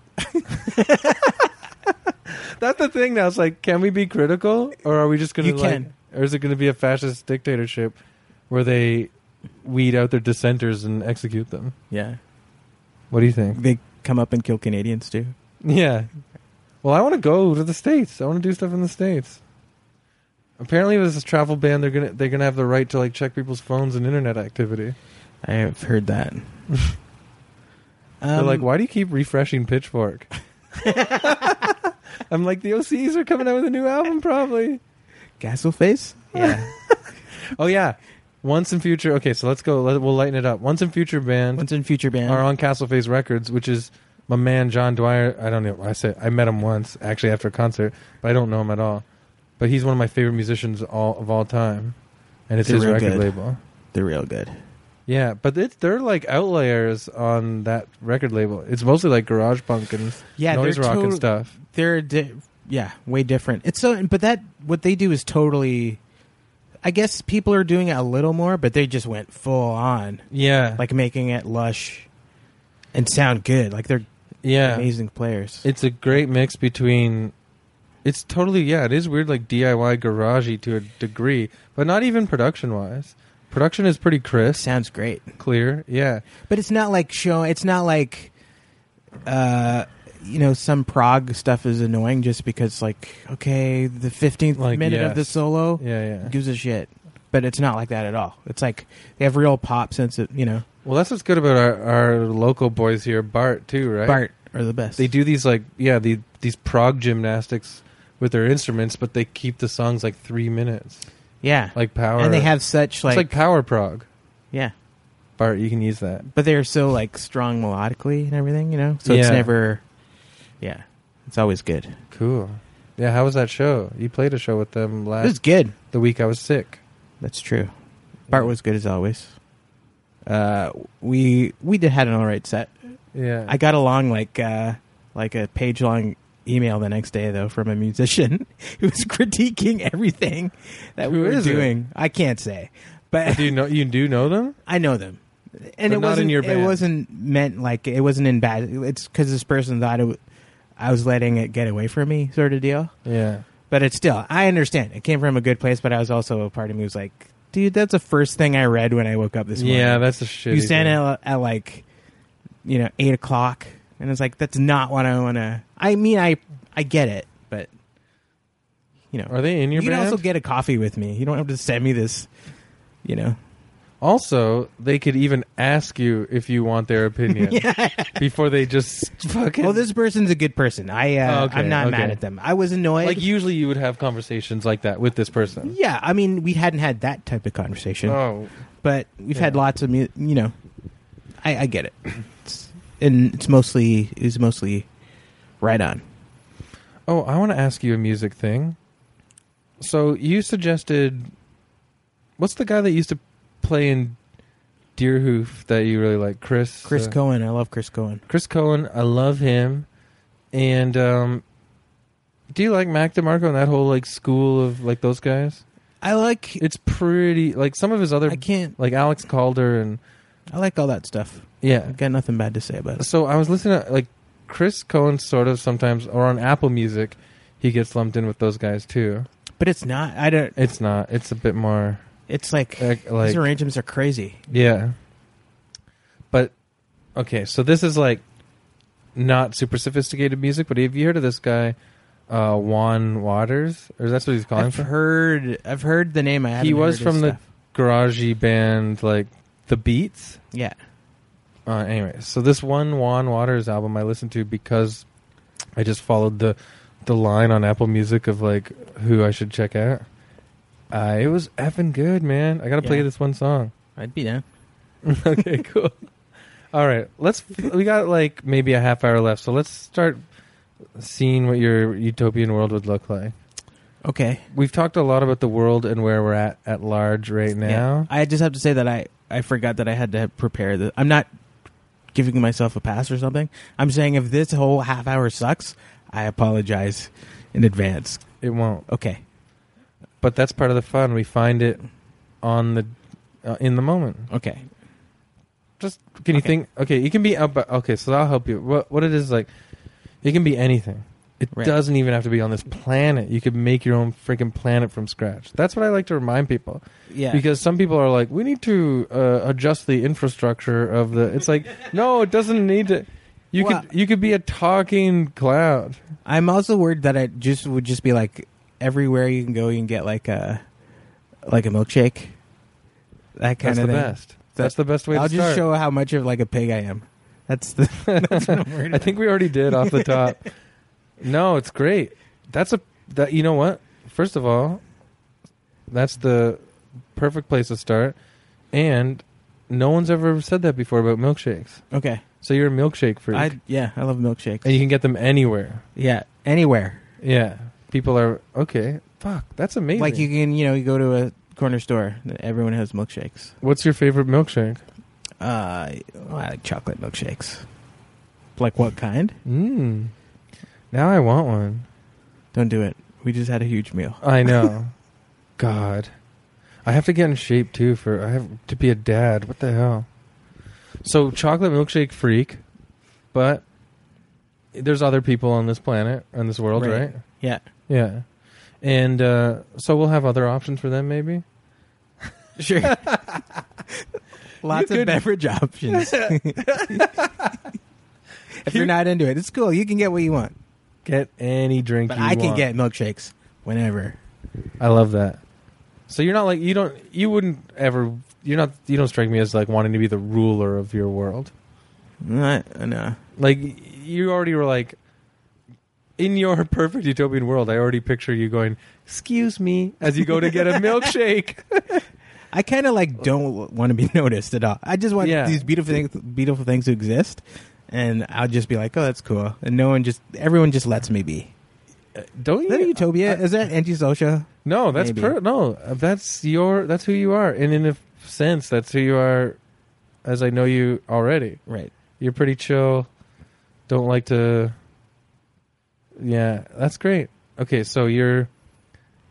that's the thing now. It's like, can we be critical, or are we just going You to like, can. or is it going to be a fascist dictatorship where they weed out their dissenters and execute them? Yeah, What do you think? they come up and kill Canadians too. Yeah. Well, I want to go to the states. I want to do stuff in the states. Apparently, with this travel ban, they're gonna they're gonna have the right to like check people's phones and internet activity. I have heard that. um, they're like, why do you keep refreshing Pitchfork? I'm like, the OCs are coming out with a new album, probably. Gasselface? Yeah, Oh yeah, Once in Future. Okay, so let's go. Let, we'll lighten it up. Once in Future band what's in future band? are on Castleface Records, which is my man John Dwyer. I don't know. I said I met him once actually after a concert, but I don't know him at all. But he's one of my favorite musicians all, of all time, and it's They're his real record good. label. They're real good. Yeah, but it's, they're like outliers on that record label. It's mostly like garage punk and Yeah, noise they're rock and tot- stuff. they're di- yeah way different it's so but that what they do is totally I guess people are doing it a little more, but they just went full on, Yeah. like making it lush and sound good. Like they're yeah. amazing players. It's a great mix between. It's totally yeah. It is weird, like DIY garagey to a degree, but not even production wise. Production is pretty crisp, sounds great, clear. Yeah, but it's not like show. It's not like, uh, you know, some prog stuff is annoying just because like okay, the fifteenth Like, minute yes. of the solo yeah, yeah. gives a shit. But it's not like that at all. It's like they have real pop sense of you know Well, that's what's good about our, our local boys here, Bart too, right? Bart are the best. They do these like yeah, the, these prog gymnastics with their instruments, but they keep the songs like three minutes, yeah, like power. and they have such it's like, like power prog. yeah, Bart, you can use that. but they're so like strong melodically and everything, you know. So it's Yeah. never, yeah, it's always good. Cool. Yeah, how was that show? You played a show with them It was last good. the week I was sick. That's true. Bart was good as always. Uh, we we did had an all right set. Yeah. I got along like uh, like a page long email the next day though from a musician who was critiquing everything that we Who were is it? doing. I can't say, But but do you know you do know them? I know them. And But it not in wasn't your band. it wasn't meant like it wasn't in bad. It's because this person thought it w- I was letting it get away from me, sort of deal. Yeah. But it's still, I understand. It came from a good place, but I was also a part of me was like, dude, that's the first thing I read when I woke up this morning. Yeah, that's a shit. you sent it at, at like, you know, eight o'clock, and it's like that's not what I want to. I mean, I I get it, but you know, Are they in you your can band? also Also, get a coffee with me. You don't have to send me this. You know, they could even ask you if you want their opinion before they just fucking. Well, this person's a good person. I uh, Oh, okay, I'm not mad okay. at them. I was annoyed. like usually you would have conversations like that with this person. yeah, I mean, we hadn't had that type of conversation, Oh, but we've had yeah. lots of mu- you know. I, I get it, it's, and it's mostly it's mostly right on. oh, I want to ask you a music thing. So you suggested, what's the guy that used to play in Deerhoof that you really like, Chris? Chris uh, Cohen, I love Chris Cohen. Chris Cohen, I love him. And um do you like Mac DeMarco and that whole like school of like those guys? I like It's pretty like some of his other I can't like Alex Calder and I like all that stuff. yeah. I've got nothing bad to say about it. So I was listening to like Chris Cohen sort of sometimes or on Apple Music he gets lumped in with those guys too. But it's not. I don't. It's not. It's a bit more It's like, eh, like his arrangements are crazy. yeah. But okay, so this is like not super sophisticated music, but have you heard of this guy uh, Juan Waters? Or that's what he's calling I've for? heard. I've heard the name. I haven't was heard his from the- stuff. garagey band like The Beats. yeah. Uh, anyway, so this one Juan Waters album I listened to because I just followed the the line on Apple Music of like who I should check out. Uh, it was effing good, man. I gotta play Yeah. you this one song. I'd be down. okay, cool. All right, let's. We got like maybe a half hour left, so let's start seeing what your utopian world would look like. Okay. We've talked a lot about the world and where we're at at large right now. I just have to say that I I forgot that I had to prepare. The, I'm not giving myself a pass or something. I'm saying if this whole half hour sucks, I apologize in advance. It won't. Okay. but that's part of the fun. We find it on the uh, in the moment. Okay. Just can you Okay. think? Okay, you can be up. Okay, so I'll help you. What what it is like? It can be anything. It Right. doesn't even have to be on this planet. You could make your own freaking planet from scratch. That's what I like to remind people Yeah. because some people are like, we need to uh, adjust the infrastructure of the. It's like no, it doesn't need to. You Well- could you could be a talking cloud. I'm also worried that it just would just be like everywhere you can go, you can get like a like a milkshake. That kind That's the of thing. best. That's the best way I'll to just start. show how much of like a pig I am. That's the. That's what I'm worried I think we already did off the top. no, it's great. That's a that you know what? First of all, that's the perfect place to start. And no one's ever said that before about milkshakes. about. Okay. So you're a milkshake freak. I yeah, I love milkshakes. and you can get them anywhere. yeah, anywhere. Yeah. People are okay. Fuck, that's amazing. Like you can, you know, you go to a corner store. Everyone has milkshakes. What's your favorite milkshake? Uh, well, I like chocolate milkshakes. Like what kind? Mmm. Now I want one. Don't do it. We just had a huge meal. I know. God. I have to get in shape too for I have to be a dad. What the hell? So chocolate milkshake freak, but there's other people on this planet on this world, Right. right? Yeah. Yeah. And uh, so we'll have other options for them maybe. Sure. Lots You of could- beverage options. if you're not into it, it's cool. You can get what you want. Get any drink But you I can want. get milkshakes whenever. I love that. So you're not like you don't you wouldn't ever you're not you don't strike me as like wanting to be the ruler of your world. Not, no. Like you already were like in your perfect utopian world, I already picture you going, "Excuse me," as you go to get a milkshake. I kind of like don't want to be noticed at all. I just want Yeah. these beautiful things, beautiful things to exist, and I'll just be like, "Oh, that's cool," and no one just, everyone just lets me be. Don't Is that a you? utopia? is that antisocial? No, that's Maybe. per- no, that's your that's who you are, and in a sense, that's who you are. As I know you already, Right. you're pretty chill. Don't like to. Yeah, that's great. Okay, so you're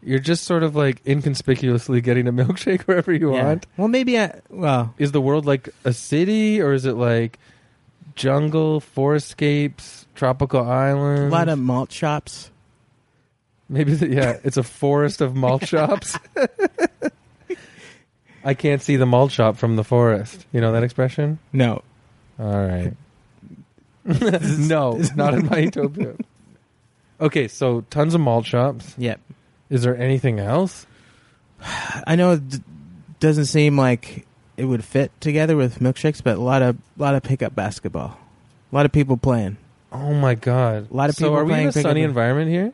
you're just sort of like inconspicuously getting a milkshake wherever you Yeah. want. Well, maybe I. Well, is the world like a city or is it like jungle forestscapes tropical a islands lot of malt shops. maybe the, yeah it's a forest of malt shops i can't see the malt shop from the forest you know that expression No, all right no not in my utopia okay so tons of malt shops Yep. is there anything else I know it d- doesn't seem like it would fit together with milkshakes, but a lot of lot of pickup basketball, a lot of people playing. oh my god A lot of so people are we in playing a pickup sunny and- environment here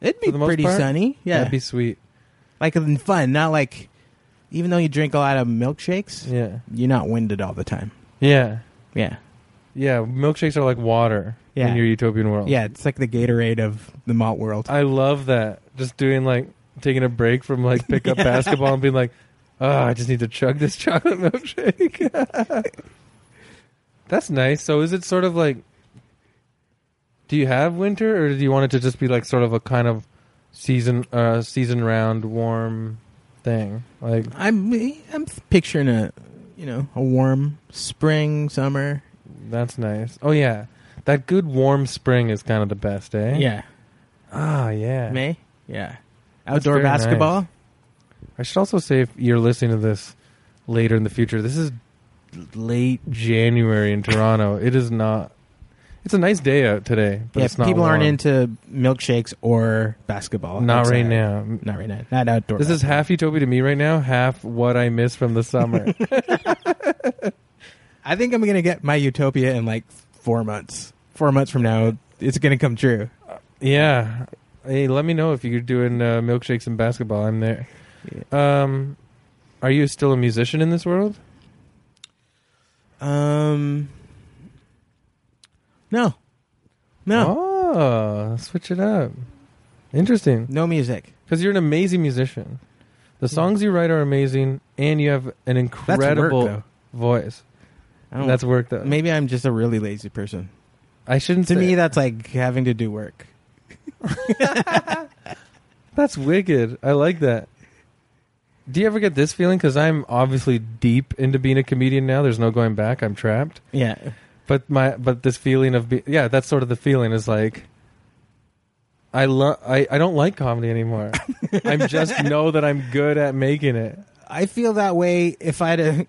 It'd be For the most pretty part, sunny, yeah, that'd be sweet like and fun. Not like even though you drink a lot of milkshakes, yeah you're not winded all the time. yeah Yeah, Yeah, milkshakes are like water Yeah. in your utopian world. yeah, it's like the Gatorade of the malt world. I love that. Just doing like taking a break from like pick up basketball and being like, oh, I just need to chug this chocolate milkshake. That's nice. So is it sort of like do you have winter or do you want it to just be like sort of a kind of season uh season round warm thing? Like I'm I'm picturing a you know a warm spring summer. that's nice. Oh yeah. That good warm spring is kind of the best, eh? Yeah, Ah, yeah. May. Yeah, outdoor very nice. basketball. I should also say if you're listening to this later in the future, this is late January in Toronto. It is not. It's a nice day out today, but yeah, it's not. people aren't warm. into milkshakes or basketball. Not right outside. now. Not right now. Not outdoor. This is half Utopia to me right now, half what I miss from the summer. I think I'm gonna get my utopia in like four months. Four months from now, it's gonna come true. yeah. Hey, let me know if you're doing uh, milkshakes and basketball. I'm there. Um, are you still a musician in this world? Um, no, no, Oh, switch it up. Interesting. no music. Because you're an amazing musician. The songs you write are amazing, and you have an That's incredible work, though. voice. I don't, That's work, though. maybe I'm just a really lazy person. I shouldn't To say me, that's like having to do work. That's wicked. I like that. Do you ever get this feeling? Because I'm obviously deep into being a comedian now. There's no going back. I'm trapped. Yeah, But my but this feeling of be- yeah, that's sort of the feeling is like. I love. I, I don't like comedy anymore. I'm just know that I'm good at making it. I feel that way. If I'd, uh,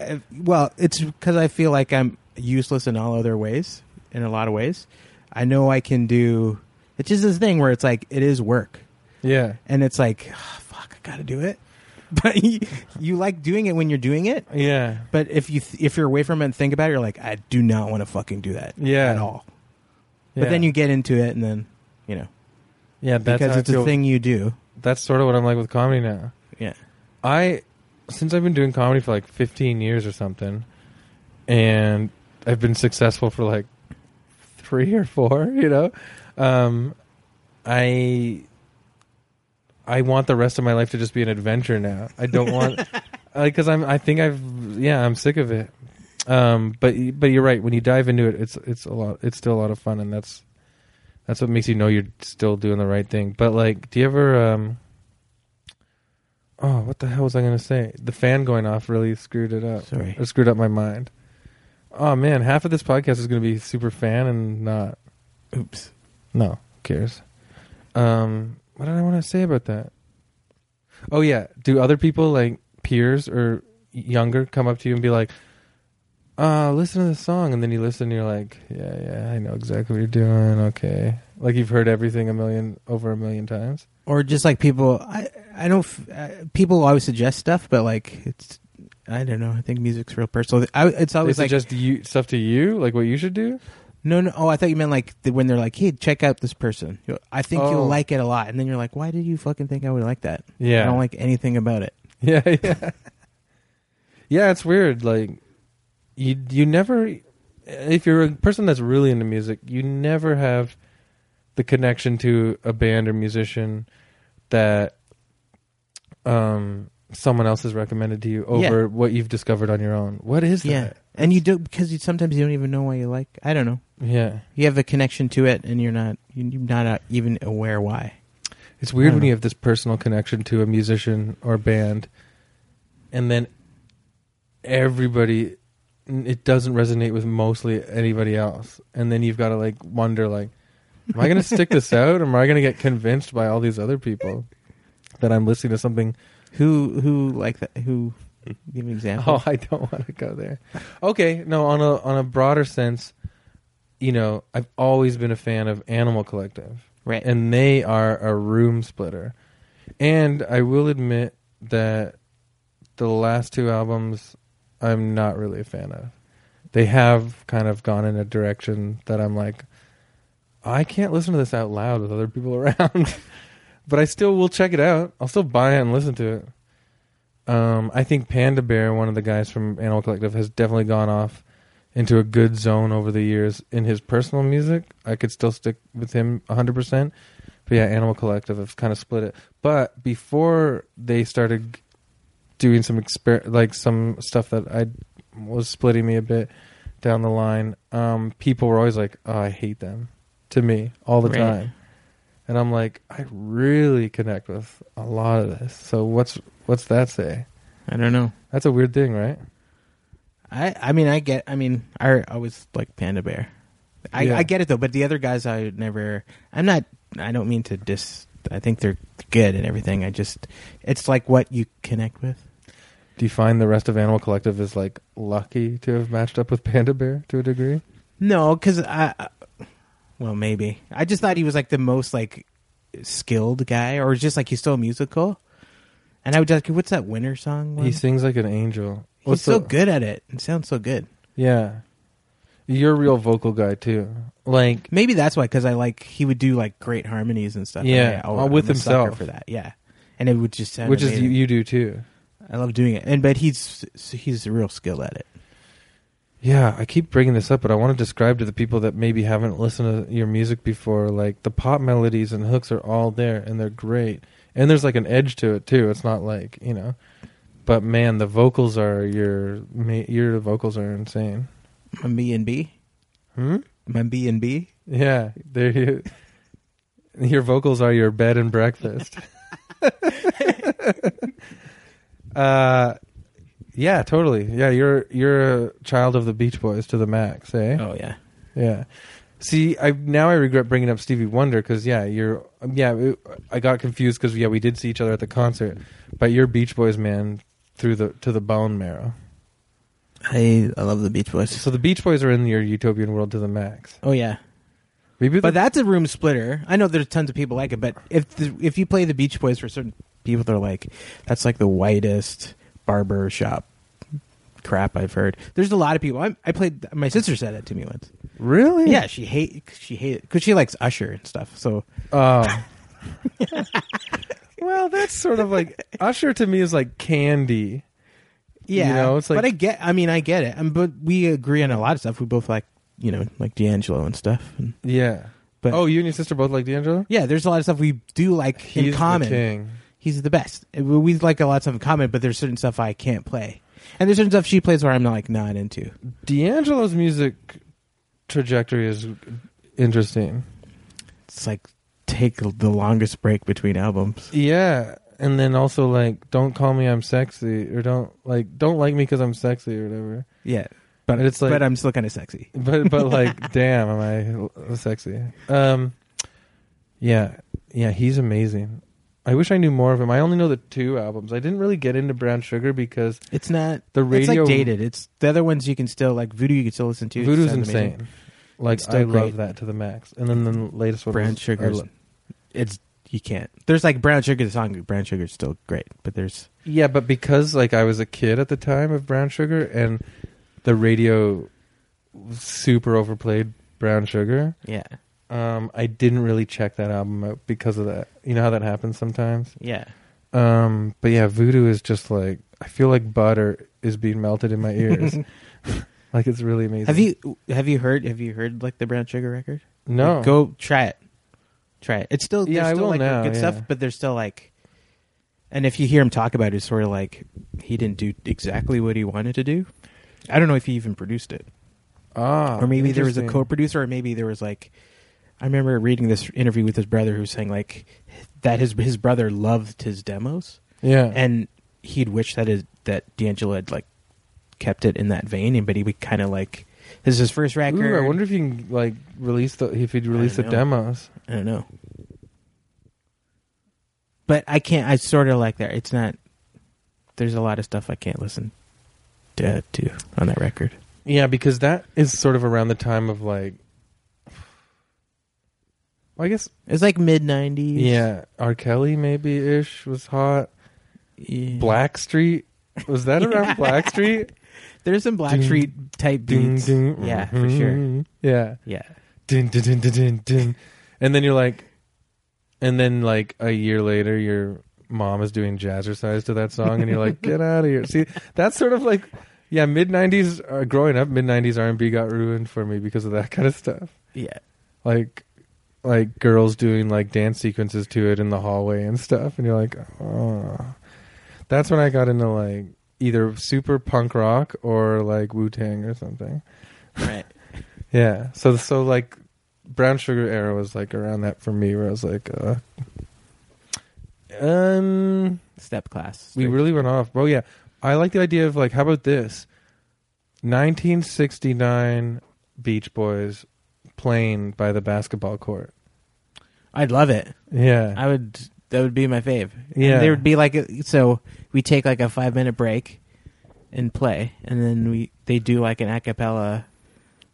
if- well, it's because I feel like I'm useless in all other ways. In a lot of ways, I know I can do. It's just this thing where it's like it is work. Yeah. and it's like "Ah, fuck i gotta do it but you, you like doing it when you're doing it Yeah. but if you th- if you're away from it and think about it you're like i do not want to fucking do that Yeah. at all Yeah. but then you get into it and then you know Yeah. That's because how I it's a feel. thing you do That's sort of what I'm like with comedy now. yeah I since I've been doing comedy for like 15 years or something, and I've been successful for like three or four. You know, um, I I want the rest of my life to just be an adventure now. I don't want because I'm I think I've yeah I'm sick of it. Um, but but you're right. When you dive into it, it's it's a lot. It's still a lot of fun, and that's that's what makes you know you're still doing the right thing. But like, do you ever um, oh, what the hell was I going to say? The fan going off really screwed it up. Sorry. Or screwed up my mind. Oh, man. Half of this podcast is going to be super fan and not. Oops. No, who cares. Um, what did I want to say about that? Oh yeah, do other people like peers or younger come up to you and be like, "Uh, listen to this song," and then you listen and you're like, "Yeah, yeah, I know exactly what you're doing." Okay, like you've heard everything a million over a million times. Or just like people, I I don't. f- Uh, people always suggest stuff, but like it's. I don't know. I think music's real personal. I, it's They always like suggest you stuff to you, like what you should do. no, no. Oh, I thought you meant like the, when they're like, "Hey, check out this person. You're- I think Oh. you'll like it a lot." And then you're like, "Why did you fucking think I would like that? Yeah, I don't like anything about it." Yeah, yeah, yeah. It's weird. Like you, you never. If you're a person that's really into music, you never have the connection to a band or musician that um someone else has recommended to you over what you've discovered on your own. What is yeah, that? and you do because you sometimes you don't even know why you like. I don't know. Yeah. You have a connection to it, and you're not you're not uh, even aware why. It's I weird don't when know. you have this personal connection to a musician or band, and then everybody, it doesn't resonate with mostly anybody else, and then you've got to like wonder like, am I going to stick this out, or am I going to get convinced by all these other people that I'm listening to something? Who who like that? Who give an example? Oh, I don't want to go there. Okay, no, on a on a broader sense, you know, I've always been a fan of Animal Collective. right. and they are a room splitter. And I will admit that the last two albums I'm not really a fan of. They have kind of gone in a direction that I'm like I can't listen to this out loud with other people around. but I still will check it out. I'll still buy it and listen to it. Um, I think Panda Bear, one of the guys from Animal Collective, has definitely gone off into a good zone over the years in his personal music. I could still stick with him 100%. But yeah, Animal Collective have kind of split it. But before they started g- doing some exper- like some stuff that I was splitting me a bit down the line, um, people were always like, "Oh, I hate them." To me, all the Right. time. And I'm like, I really connect with a lot of this. So what's what's that say? I don't know. That's a weird thing, right? I I mean I get I mean I always like Panda Bear. I, Yeah. I get it though, but the other guys I never I'm not I don't mean to diss I think they're good and everything. I just it's like what you connect with. Do you find the rest of Animal Collective is like lucky to have matched up with Panda Bear to a degree? No, cuz I I- well maybe. I just thought he was like the most like skilled guy or just like he's so musical. And I would just what's that winter song? One? He He's, sings like an angel. What's so the- good at it. It sounds so good. Yeah, you're a real vocal guy too. Like Maybe that's why, because I like he would do like great harmonies and stuff. Yeah, And I, oh, uh, with I'm a sucker himself. for that. Yeah, and it would just sound which is you, amazing. you do too. I love doing it, and but he's he's a real skill at it. Yeah, I keep bringing this up, but I want to describe to the people that maybe haven't listened to your music before. Like the pop melodies and hooks are all there, and they're great. And there's like an edge to it too. It's not like you know, but man, the vocals are your ma- your vocals are insane. My B and B, Hmm. my B and B. Yeah, there you. Your vocals are your bed and breakfast. uh, yeah, totally. Yeah, you're you're a child of the Beach Boys to the max, eh? Oh yeah, Yeah. See, I now I regret bringing up Stevie Wonder because yeah, you're yeah, it- I got confused because yeah, we did see each other at the concert, but you're Beach Boys man through the to the bone marrow. I I love the Beach Boys. So the Beach Boys are in your utopian world to the max. Oh yeah, Maybe but the- that's a room splitter. I know there's tons of people like it, but if the, if you play the Beach Boys for certain people, they're like that's like the whitest barber shop crap I've heard. There's a lot of people. I, I played. My sister said it to me once. really Yeah, she hate she hated because she likes Usher and stuff. So Oh. well, that's sort of like Usher to me is like candy. yeah, You know, it's like- but I get. I mean, I get it. Um, but we agree on a lot of stuff. We both like you know like D'Angelo and stuff. And, Yeah. but oh, you and your sister both like D'Angelo? yeah, there's a lot of stuff we do like in He's common. the king. He's the best. Uh, We we like a lot of stuff in common, but there's certain stuff I can't play, and there's certain stuff she plays where I'm not like not into. D'Angelo's music trajectory is interesting. It's like take the longest break between albums. Yeah. and then also like don't call me I'm sexy or don't like don't like me because I'm sexy or whatever. Yeah, but It's it's like- like, but I'm still kind of sexy. But but like damn, am I l- sexy? Um, yeah, yeah, he's amazing. I wish I knew more of him. I only know the two albums. I didn't really get into Brown Sugar because It's not the radio It's like dated. It's the other ones you can still like voodoo. You can still listen to. It Voodoo's sounds amazing. insane. Like It's I still love great. that to the max. And then the latest one, Brown was- I sugar. lo- It's you can't. There's like brown sugar. The song brown sugar is still great, but there's Yeah, but because like I was a kid at the time of Brown Sugar and the radio super overplayed Brown Sugar, yeah, um, I didn't really check that album out because of that. You know how that happens sometimes. yeah. Um, but yeah, Voodoo is just like I feel like butter is being melted in my ears. like it's really amazing. Have you have you heard have you heard like the brown sugar record? No. Like, go try it. Try it. It's still Yeah, there's I still will like now, good yeah. stuff, but there's still like. And if you hear him talk about it, it's sort of like he didn't do exactly what he wanted to do. I don't know if he even produced it. ah, or maybe there was a interesting. co-producer, or maybe there was like, I remember reading this interview with his brother who was saying like that his his brother loved his demos, Yeah. and he'd wish that his, that D'Angelo had like kept it in that vein, and but he would kind of like this is his first record. Ooh, I wonder if you can like release the if he'd release the know. demos. I don't know, but I can't. I sort of like that. It's not. There's a lot of stuff I can't listen to, to on that record. Yeah, because that is sort of around the time of like. Well, I guess It's like mid '90s. yeah, R. Kelly maybe ish was hot. Yeah. Blackstreet was that around Blackstreet? There's some Blackstreet type Ding beats. ding. Yeah, for sure. Mhm. Yeah. Yeah. Ding ding ding ding ding. ding. And then you're like, and then like a year later, your mom is doing jazzercise to that song, and you're like, get out of here. See, that's sort of like. Yeah, mid '90s. Uh, growing up, mid '90s R&B got ruined for me because of that kind of stuff. Yeah. like like girls doing like dance sequences to it in the hallway and stuff and you're like oh that's when i got into like either super punk rock or like wu-tang or something Right. yeah so so like brown sugar era was like around that for me where i was like uh um Step class. we really went off oh yeah i like the idea of like how about this 1969 beach boys playing by the basketball court I'd love it. yeah I would. That would be my fave. And Yeah. There would be like a, so we take like a five minute break and play, and then we they do like an acapella,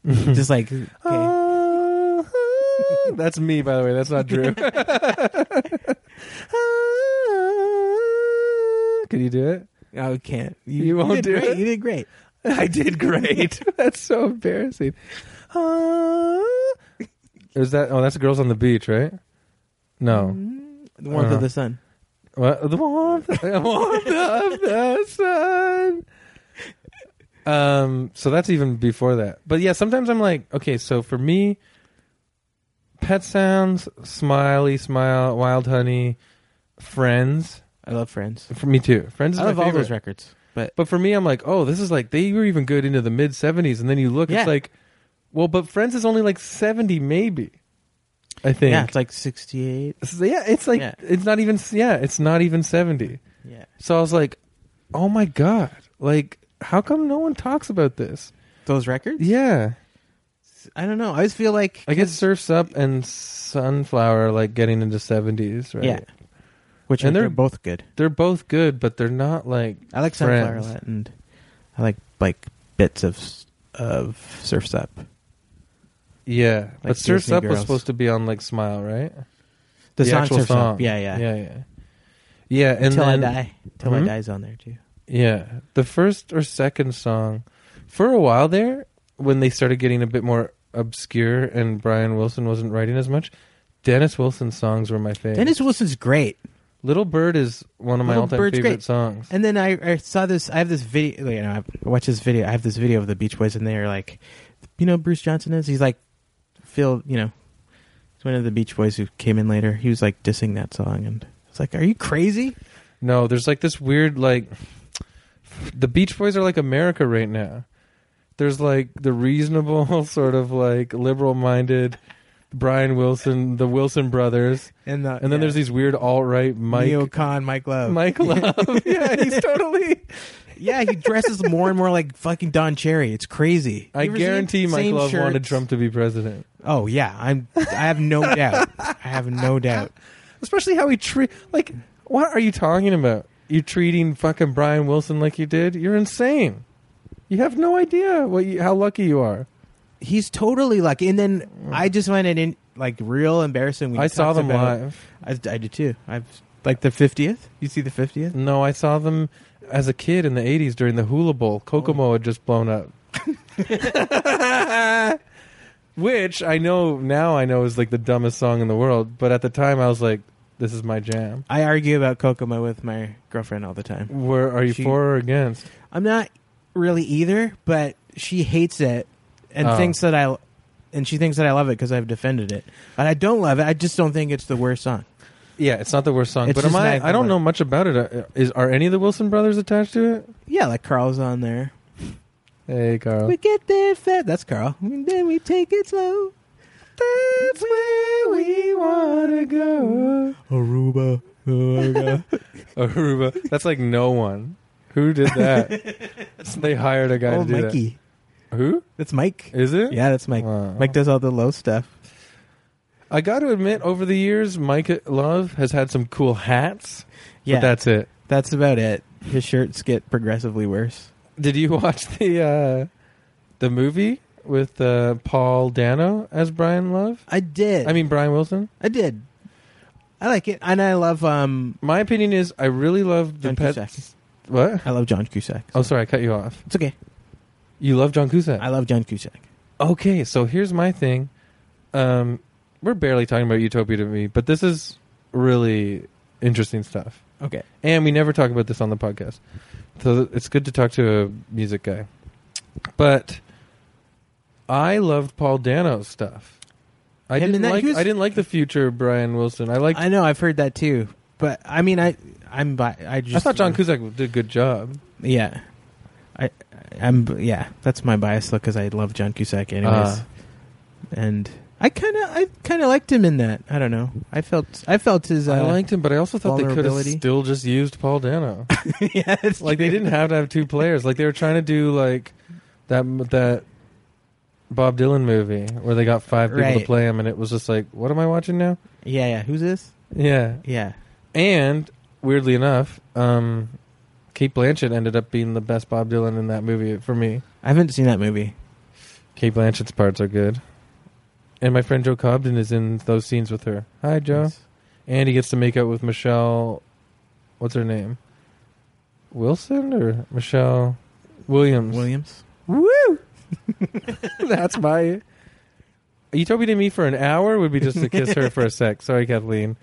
Hmm. just like okay. Ah. Uh, that's me, by the way. That's not Drew. Ah. Can you do it? oh, we can't. You won't did do great. it? You did great. I did great. that's so embarrassing. Is that? Oh, that's girls on the beach, right? No. Mm-hmm. The warmth Uh-huh. of the sun. What? The warmth, the warmth of the sun. Um. So that's even before that. But yeah, sometimes I'm like, okay. So for me, Pet Sounds, Smiley Smile, Wild Honey, Friends. I love Friends. For me too. Friends is I my love all favorite. those records, but But for me, I'm like, oh, this is like they were even good into the mid '70s, and then you look, Yeah. it's like, well, but Friends is only like '70 maybe. I think. yeah, it's like sixty eight. So, yeah, it's like Yeah. it's not even. Yeah, it's not even '70. Yeah. So I was like, "Oh my god! Like, how come no one talks about this?" Those records. Yeah, I don't know. I always feel like I guess Surfs Up and Sunflower are, like getting into seventies, right? yeah. Which And and they're- they're both good. they're both good, but they're not like I like Sunflower a Friends. lot, and I like like bits of of Surfs Up. yeah. but Surfs Disney Up was Girls. supposed to be on like Smile, right? The, song actual Surfs song. Up, yeah, yeah, yeah, yeah, yeah. And Until then, I die, till Mhm. I die's on there too. Yeah, the first or second song, for a while there, when they started getting a bit more obscure and Brian Wilson wasn't writing as much, Dennis Wilson's songs were my favorite. Dennis Wilson's great. Little Bird is one of my Little all-time Bird's favorite great. songs. And then I, I saw this. I have this video. You know, I watch this video. I have this video of the Beach Boys, and they're like, you know, Bruce Johnson is. He's like, Phil. You know, it's one of the Beach Boys who came in later. He was like dissing that song, and it's like, are you crazy? No, there's like this weird like the Beach Boys are like America right now. There's like the reasonable sort of like liberal-minded Brian Wilson, the Wilson brothers, And, the, and then there's these weird alt right Mike neocon Mike Love. Mike Love. yeah, he's totally. Yeah, he dresses more and more like fucking Don Cherry. It's crazy. I You ever seen guarantee it? Mike Same Love wanted shirts. Trump to be president. Oh yeah, I'm. I have no doubt. I have no doubt. Especially how he treat like. What are you talking about? You treating fucking Brian Wilson like you did? You're insane. You have no idea what you, how lucky you are. He's totally like. And then I just find it in like real embarrassing. We I saw talked them about- live. I, I did too. I've like the fiftieth. You see the fiftieth? No, I saw them as a kid in the '80s during the Hula Bowl. Kokomo had just blown up, which I know now I know is like the dumbest song in the world. But at the time, I was like, "This is my jam." I argue about Kokomo with my girlfriend all the time. Where are you She- for or against? I'm not really either, but she hates it and Oh. thinks that I and she thinks that I love it because I've defended it. But I don't love it. I just don't think it's the worst song. Yeah, it's not the worst song, It's but am just I? not- I don't know much about it. Uh, Is are any of the Wilson brothers attached to it? Yeah, like Carl's on there. Hey, Carl. We get there fast. That's Carl. And then we take it slow. That's where we wanna go. Aruba. Oh, Aruba. Aruba. That's like no one. Who did that? they hired a guy oh, to do Mikey. that. Who? That's Mike. Is it? Yeah, that's Mike. Wow. Mike does all the low stuff. I got to admit, over the years, Mike Love has had some cool hats. Yeah, But that's it. that's about it. His shirts get progressively worse. Did you watch the uh, the movie with uh, Paul Dano as Brian Love? I did. I mean Brian Wilson. I did. I like it, and I love um. My opinion is, I really love the John pet. Cusack. What? I love John Cusack. Oh, sorry, I cut you off. It's okay. You love John Cusack. I love John Cusack. okay, so here's my thing. Um, we're barely talking about Utopia to me, but this is really interesting stuff. Okay. and we never talk about this on the podcast. So it's good to talk to a music guy. But I loved Paul Dano's stuff. I Him didn't and that- like. he was- I didn't like the future Brian Wilson. I liked. I, I know I've heard that too, but I mean I I'm bi- I just thought John Cusack did a good job. Yeah. I I'm yeah, that's my bias look cuz I love John Cusack anyways. Uh. and I kind of I kind of liked him in that. I don't know. I felt I felt his uh, I liked him, but I also thought they could have vulnerability. still just used Paul Dano. yeah, it's like they true. didn't have to have two players. Like they were trying to do like that that Bob Dylan movie where they got five people to Right. play him, and it was just like, what am I watching now? Yeah, yeah. Who's this? Yeah, Yeah. And weirdly enough, um, Kate Blanchett ended up being the best Bob Dylan in that movie for me. I haven't seen that movie. Kate Blanchett's parts are good. And my friend Joe Cobden is in those scenes with her. Hi, Joe. And he gets to make out with Michelle. What's her name? Wilson or Michelle Williams? Williams. Woo! That's my. Utopia to me for an hour would be just to kiss her for a sec. Sorry, Kathleen.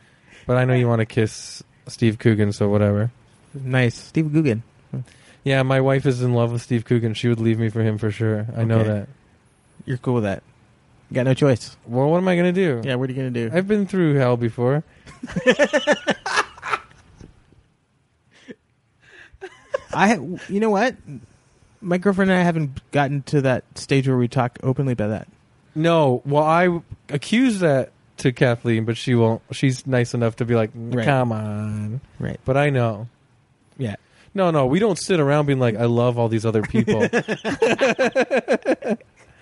But I know you want to kiss Steve Coogan, so whatever. Nice. Steve Guggen. Yeah, my wife is in love with Steve Coogan. She would leave me for him for sure. I know Okay. that. You're cool with that. Got no choice. Well, what am I going to do? Yeah, what are you going to do? I've been through hell before. I, you know what? My girlfriend and I haven't gotten to that stage where we talk openly about that. No, well, I accuse that to Kathleen, but she won't. She's nice enough to be like, Right. come on. Right. But I know. Yeah. No, no, we don't sit around being like, I love all these other people.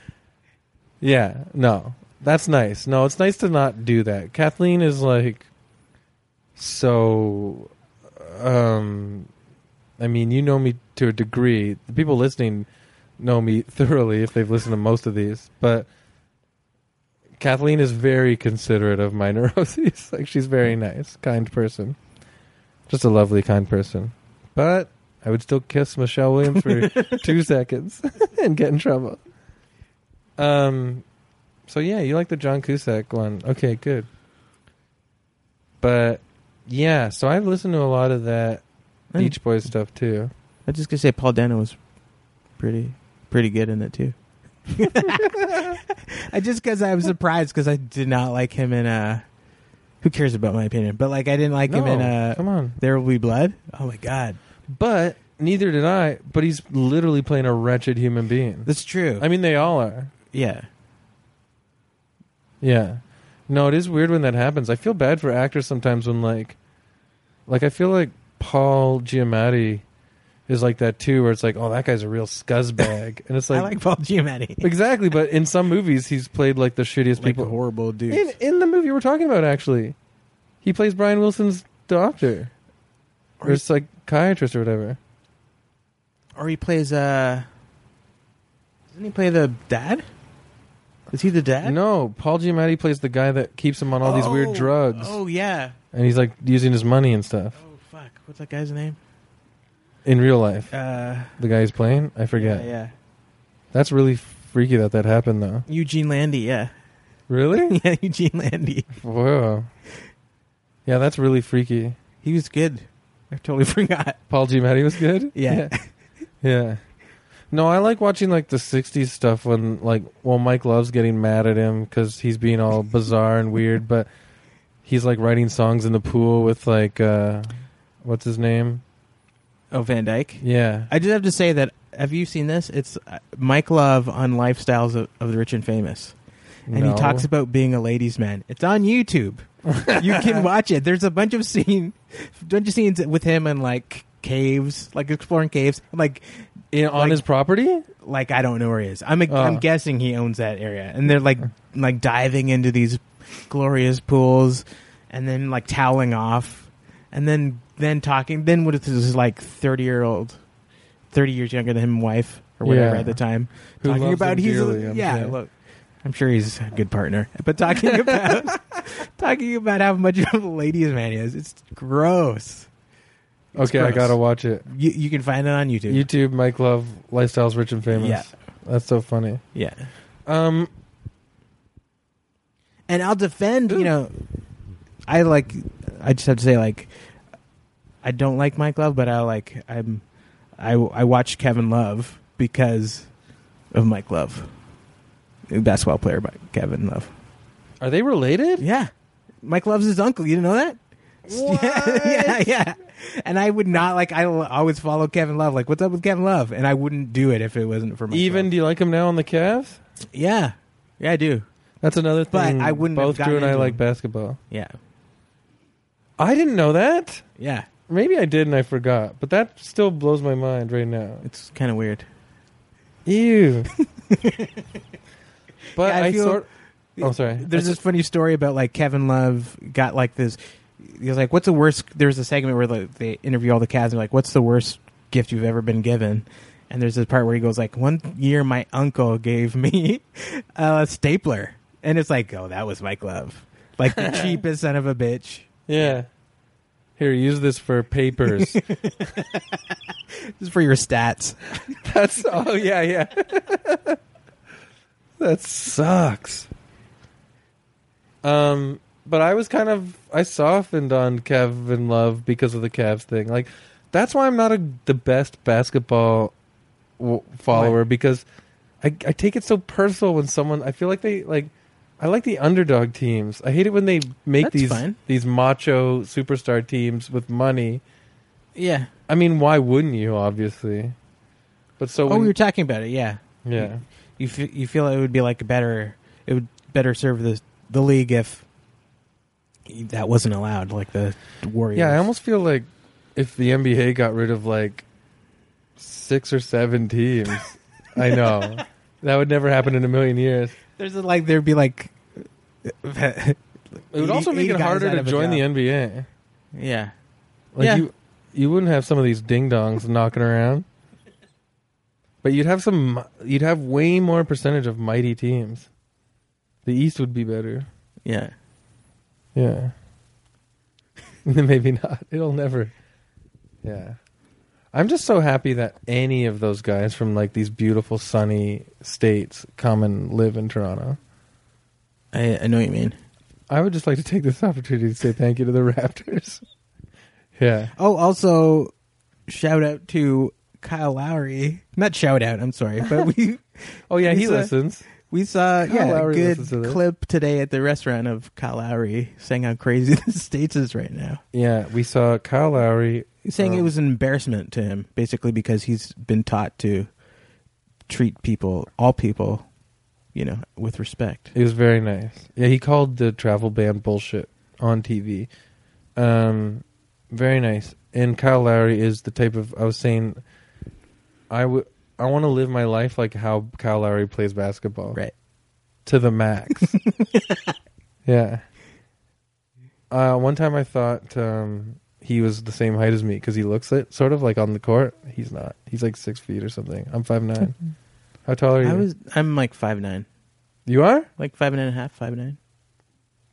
yeah, no. That's nice. No, it's nice to not do that. Kathleen is like so um I mean, you know me to a degree. The people listening know me thoroughly if they've listened to most of these, but Kathleen is very considerate of my neuroses. like she's very Mm. nice, kind person. Just a lovely kind person. But I would still kiss Michelle Williams for 2 seconds and get in trouble. Um so yeah, you like the John Cusack one. Okay, good. But yeah, so I've listened to a lot of that I'm- Beach Boys stuff too. I'm just going to say Paul Dano was pretty pretty good in it too. I just cuz I was surprised cuz I did not like him in uh who cares about my opinion, but like I didn't like him No, in uh come on. There Will Be Blood. Oh my god. But neither did I. But he's literally playing a wretched human being. That's true. I mean, they all are. yeah. Yeah. No, it is weird when that happens. I feel bad for actors sometimes when like, like I feel like Paul Giamatti is like that too, where it's like, oh, that guy's a real scuzzbag, and it's like, I like Paul Giamatti. exactly. But in some movies, he's played like the shittiest Like people. horrible dude. In, in the movie we're talking about, actually, he plays Brian Wilson's doctor or Or- psychiatrist or whatever. Or he plays uh Doesn't he play the dad? Is he the dad? No, Paul Giamatti plays the guy that keeps him on all these weird Oh, drugs, Oh yeah. and he's like using his money and stuff Oh fuck. What's that guy's name? in real life. Uh The guy he's playing, I yeah. forget. yeah. That's really freaky that that happened, though. Eugene Landy, yeah. Really? yeah, Eugene Landy. Whoa. Yeah, that's really freaky. He was good. I totally forgot. Paul Giamatti was good. Yeah. yeah. Yeah. No, I like watching like the '60s stuff when like, well, Mike loves getting mad at him because he's being all bizarre and weird, but he's like writing songs in the pool with like, uh what's his name? Oh, Van Dyke. Yeah. I did have to say that have you seen this? It's uh, Mike Love on Lifestyles of, of the Rich and Famous. and No. he talks about being a ladies' man. It's on YouTube. you can watch it. There's a bunch of scene, bunch of scenes with him in like caves, like exploring caves. Like, In- on like- his property. like I don't know where he is. I'm Uh. I'm guessing he owns that area, and they're like like diving into these glorious pools, and then like toweling off, and then then talking. Then what is this like thirty year old, thirty years younger than him, wife or whatever Yeah. at the time Who talking loves about him he's dearly, a, I'm yeah sure. look i'm sure he's a good partner but talking about talking about how much of a ladies man he is it's gross It's Okay, I gross. gotta watch it. you, you can find it on youtube YouTube, Mike Love, Lifestyles Rich and Famous. Yeah. That's so funny. yeah Um, and i'll defend you know i like i just have to say like i don't like mike love but i like i'm i, I watch kevin love because of mike love basketball player by kevin love are they related? Yeah. Mike loves his uncle. You didn't know that? What? Yeah, yeah, yeah. And I would not like. I l- always follow Kevin Love. Like, what's up with Kevin Love? And I wouldn't do it if it wasn't for Mike Even Love. do you like him now on the Cavs? yeah, yeah, I do. That's another But thing. I wouldn't have Both gotten Drew and I into like him. basketball. Yeah, I didn't know that. yeah. Maybe I did and I forgot, but that still blows my mind right now. It's kind of weird. Ew. but Yeah, I I, feel- sort. Oh, sorry. There's this funny story about like Kevin Love got like this. He was like, "What's the worst?" There's a segment where like, they interview all the Cavs and like, "What's the worst gift you've ever been given?" And there's this part where he goes like, "One year, my uncle gave me a stapler," and it's like, "Oh, that was Mike Love, like the cheapest son of a bitch." yeah. Here, use this for papers. This is for your stats. That's oh yeah yeah. that sucks. Um, but I was kind of I softened on Kevin Love because of the Cavs thing. Like that's why I'm not a, the best basketball w- follower because I I take it so personal when someone I feel like they like. I like the underdog teams. I hate it when they make That's these fine. these macho superstar teams with money. Yeah. I mean, why wouldn't you? Obviously, but so Oh, when, we were talking about it. Yeah. yeah. You f- you feel it would be like a better it would better serve the the league if that wasn't allowed, like the Warriors. Yeah, I almost feel like if the NBA got rid of like six or seven teams, I know that would never happen in a million years. There's a, like there'd be like It would also make it harder to join the NBA. yeah. Like Yeah. you, you wouldn't have some of these ding dongs knocking around, but you'd have some. You'd have way more percentage of mighty teams. The East would be better. Yeah. Yeah. Maybe not. It'll never. Yeah. I'm just so happy that any of those guys from like these beautiful sunny states come and live in Toronto. I I know what you mean. I would just like to take this opportunity to say thank you to the Raptors. yeah. Oh, also shout out to Kyle Lowry. Not shout out, I'm sorry, but we Oh yeah, he He's a- listens. we saw Kyle yeah, Lowry a listens to good this. clip today at the restaurant of Kyle Lowry saying how crazy the states is right now. Yeah, we saw Kyle Lowry. He's saying Oh. it was an embarrassment to him, basically because he's been taught to treat people, all people, you know, with respect. It was very nice. Yeah, he called the travel ban bullshit on TV. Um, very nice. And Kyle Lowry is the type of I was saying. I would. I want to live my life like how Kyle Lowry plays basketball, Right. To the max. yeah. Uh, one time I thought um, he was the same height as me because he looks it sort of like on the court. He's not. He's like six feet or something. I'm five nine. How tall are you? Mm-hmm. I was I'm like five nine. you are. Like five and a half, five nine.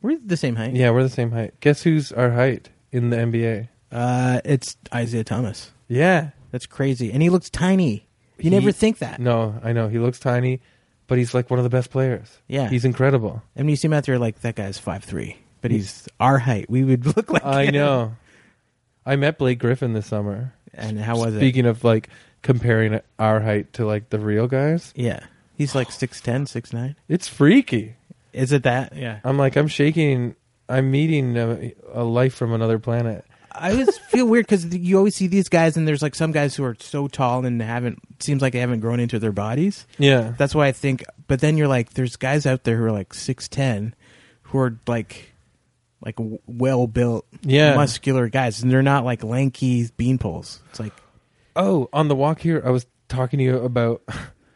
We're the same height. Yeah, we're the same height. Guess who's our height in the NBA? Uh it's Isaiah Thomas. Yeah. That's crazy. And he looks tiny. He- You never think that. No, I know he looks tiny, but he's like one of the best players. Yeah. He's incredible. and when you see him out there like that guy's five three. But he's our height. We would look like I him. know. I met Blake Griffin this summer. And how was Speaking of like comparing our height to like the real guys, it? Yeah. He's like six ten, six nine. it's freaky. Is it that? Yeah. I'm like, I'm shaking. I'm meeting a, a life from another planet. I always feel weird because you always see these guys, and there's like some guys who are so tall and haven't seems like they haven't grown into their bodies. Yeah. That's why I think. But then you're like, there's guys out there who are like six ten, who are like, like well built, Yeah. muscular guys, and they're not like lanky bean poles. It's like, Oh, on the walk here, I was talking to you about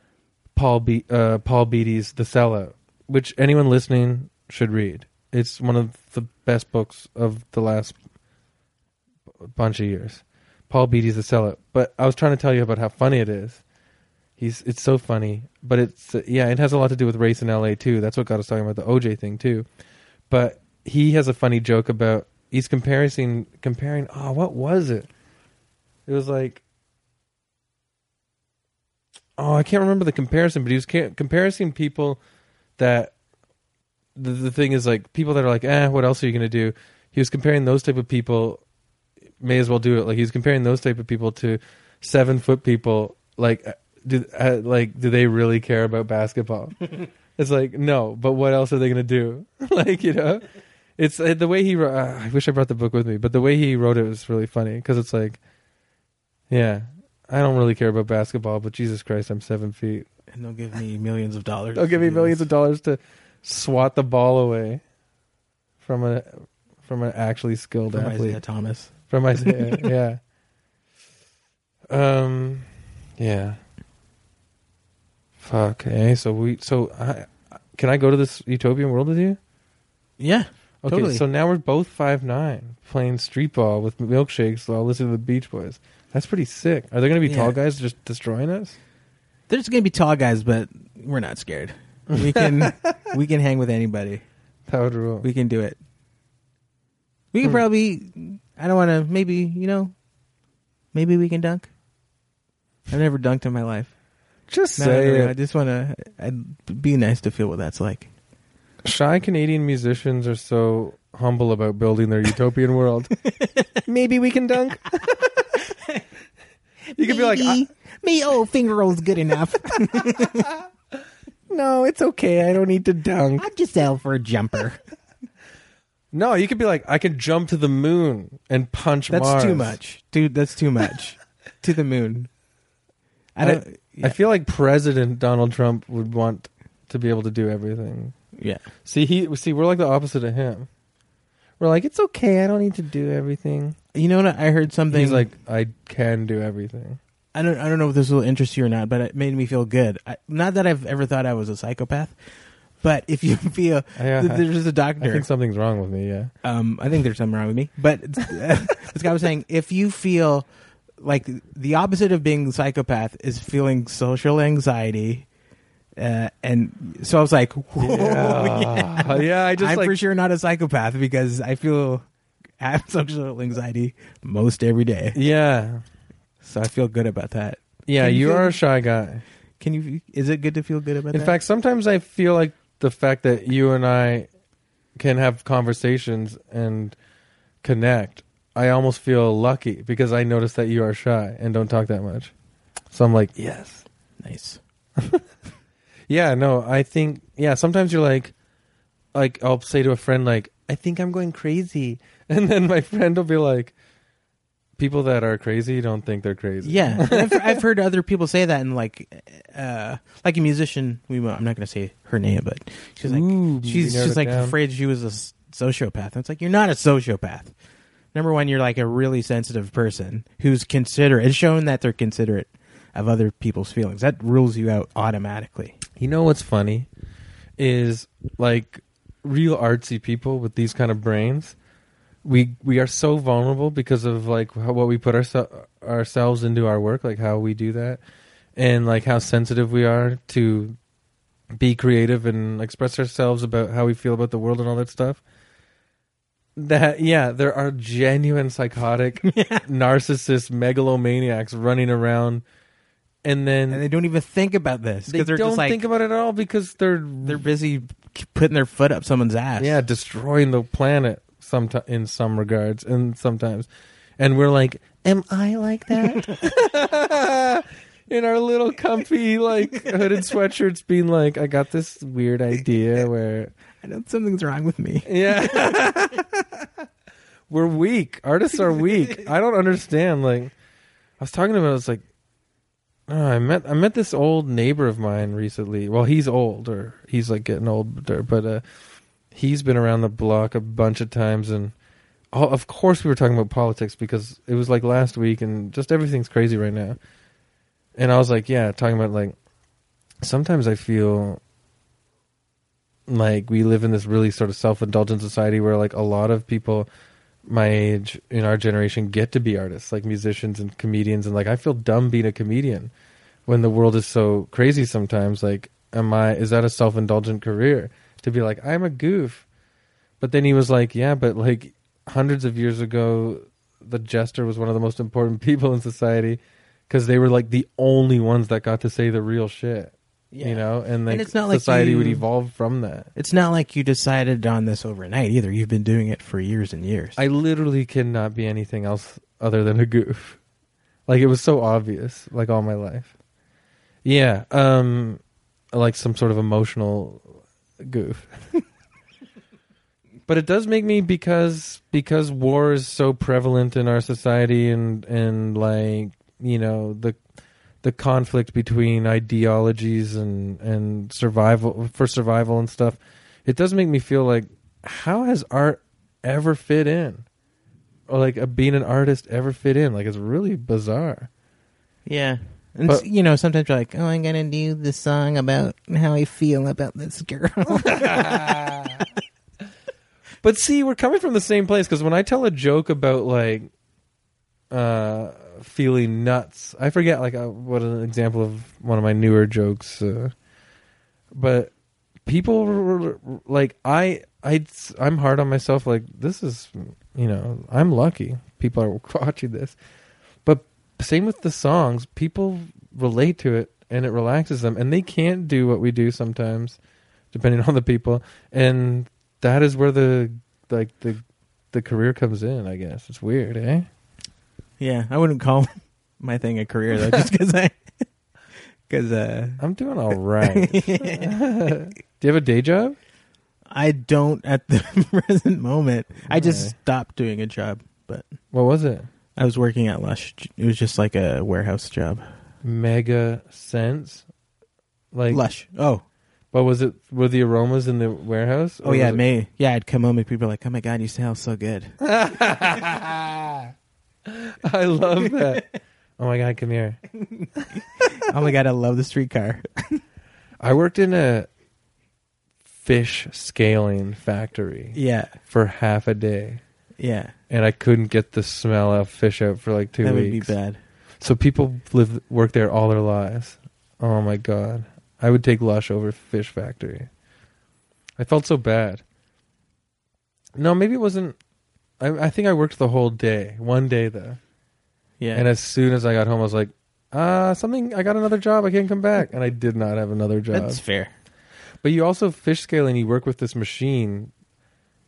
Paul Be- uh, Paul Beatty's The Sellout, which anyone listening should read. It's one of the best books of the last b- bunch of years. Paul Beatty's The Sellout. But I was trying to tell you about how funny it is. He's it's so funny, but it's uh, yeah, it has a lot to do with race in LA too. That's what got us talking about the OJ thing too. But he has a funny joke about he's comparing comparing. Oh, what was it? It was like oh, I can't remember the comparison, but he was ca- comparing people that the, the thing is like people that are like, eh, what else are you going to do? He was comparing those type of people. May as well do it. Like he was comparing those type of people to seven foot people. Like, uh, do uh, like do they really care about basketball? it's like no, but what else are they going to do? like you know, it's uh, the way he. wrote uh, I wish I brought the book with me, but the way he wrote it was really funny because it's like, yeah, I don't really care about basketball, but Jesus Christ, I'm seven feet. and they'll give me millions of dollars. They'll give me to do millions this. of dollars to swat the ball away from a from an actually skilled From athlete. Isaiah Thomas. From Isaiah, yeah. Um, yeah. Fuck. Hey, so we so I, can I go to this utopian world with you? Yeah, Okay, Totally. so now we're both five nine playing street ball with milkshakes while listening to the Beach Boys. That's pretty sick. Are there going to be Yeah. tall guys just destroying us? there's gonna be tall guys, but we're not scared. We can we can hang with anybody. That would rule. We can do it. We can Hmm. probably. I don't want to. Maybe you know. Maybe we can dunk. I've never dunked in my life. just No, say no, no, I it. just want to. I'd be nice to feel what that's like. Shy Canadian musicians are so humble about building their utopian world. Maybe we can dunk. you could be like, I- "Ah, me old finger roll's good enough. no, it's okay. I don't need to dunk. I'm just out for a jumper. No, you could be like, I can jump to the moon and punch That's Mars. too much, dude. That's too much. to the moon. I don't. yeah, I feel like President Donald Trump would want to be able to do everything. yeah. See, he see, we're like the opposite of him. We're like, it's okay. I don't need to do everything. You know what? I heard something. He's like, I can do everything. I don't I don't know if this will interest you or not, but it made me feel good. I, not that I've ever thought I was a psychopath, but if you feel Yeah, th- I- there's a I doctor. think something's wrong with me. Yeah. um, I think there's something wrong with me. But this guy was saying if you feel like the opposite of being a psychopath is feeling social anxiety, uh, and so I was like, whoa, yeah. Yeah, I just Oh, I'm like for sure not a psychopath because I feel I have social anxiety most every day, Yeah. so I feel good about that. Yeah, Can you you feel- are a shy guy. Can you? Is it good to feel good about In that? fact, sometimes I feel like the fact that you and I can have conversations and connect, I almost feel lucky because I notice that you are shy and don't talk that much. So I'm like, yes. Nice. Yeah, no, I think yeah, sometimes you're like like I'll say to a friend like, I think I'm going crazy. And then my friend will be like people that are crazy don't think they're crazy. Yeah, I've, I've heard other people say that, and like, uh, like a musician, we won't, I'm not going to say her name, but she's like, Ooh, she's we narrowed she's it like down. afraid she was a s- sociopath. And it's like you're not a sociopath. Number one, you're like a really sensitive person who's considerate. It's shown that they're considerate of other people's feelings. That rules you out automatically. You know what's funny is like real artsy people with these kind of brains. We we are so vulnerable because of like how, what we put ourse- ourselves into our work, like how we do that, and like how sensitive we are to be creative and express ourselves about how we feel about the world and all that stuff. That yeah, there are genuine psychotic narcissist megalomaniacs running around, and then And they don't even think about this they because they're don't just like think about it at all because they're they're busy putting their foot up someone's ass. yeah destroying the planet sometimes in some regards and sometimes and we're like am i like that in our little comfy like hooded sweatshirts being like i got this weird idea where I know something's wrong with me. yeah we're weak artists are weak i don't understand like i was talking about it's like oh, i met i met this old neighbor of mine recently well he's old or he's like getting older but uh he's been around the block a bunch of times and oh, of course we were talking about politics because it was like last week and just everything's crazy right now and i was like yeah talking about like sometimes i feel like we live in this really sort of self-indulgent society where like a lot of people my age in our generation get to be artists like musicians and comedians and like i feel dumb being a comedian when the world is so crazy sometimes like am i is that a self-indulgent career to be like i'm a goof but then he was like yeah but like hundreds of years ago the jester was one of the most important people in society because they were like the only ones that got to say the real shit you know and like it's not like society would you- evolve from that It's not like you decided on this overnight either. You've been doing it for years and years. I literally cannot be anything else other than a goof. Like it was so obvious, like all my life. Yeah, um like some sort of emotional goof. but it does make me because because war is so prevalent in our society and and like, you know, the the conflict between ideologies and and survival for survival and stuff. It does make me feel like how has art ever fit in or like a, being an artist ever fit in like it's really bizarre yeah. And But- s- you know, sometimes you're like, "Oh, I'm gonna do this song about how I feel about this girl." but see we're coming from the same place because when i tell a joke about like uh feeling nuts i forget like uh, what an example of one of my newer jokes uh, but people were, like i i i'm hard on myself like this is you know i'm lucky people are watching this but same with the songs people relate to it and it relaxes them and they can't do what we do sometimes depending on the people and that is where the like the the career comes in i guess it's weird eh yeah, I wouldn't call my thing a career though, just because I, because uh, i'm doing all right do you have a day job I don't at the present moment. I just Okay. stopped doing a job, but what was it I was working at Lush. It was just like a warehouse job. mega sense like Lush. Oh, But was it were the aromas in the warehouse? oh Or yeah, was May. Yeah, I'd come home and people were like, "Oh my god, you smell so good." it- I love that. oh my god, come here. oh my god, I love the streetcar. I worked in a fish scaling factory yeah, for half a day, yeah. and I couldn't get the smell of fish out for like two that weeks. would be bad. So people live work there all their lives. Oh my god, I would take Lush over Fish Factory. I felt so bad. No, maybe it wasn't. I, I think I worked the whole day, one day though. Yeah. And as soon as I got home, I was like, uh, something, I got another job. I can't come back. And I did not have another job. That's fair. But you also fish scale and you work with this machine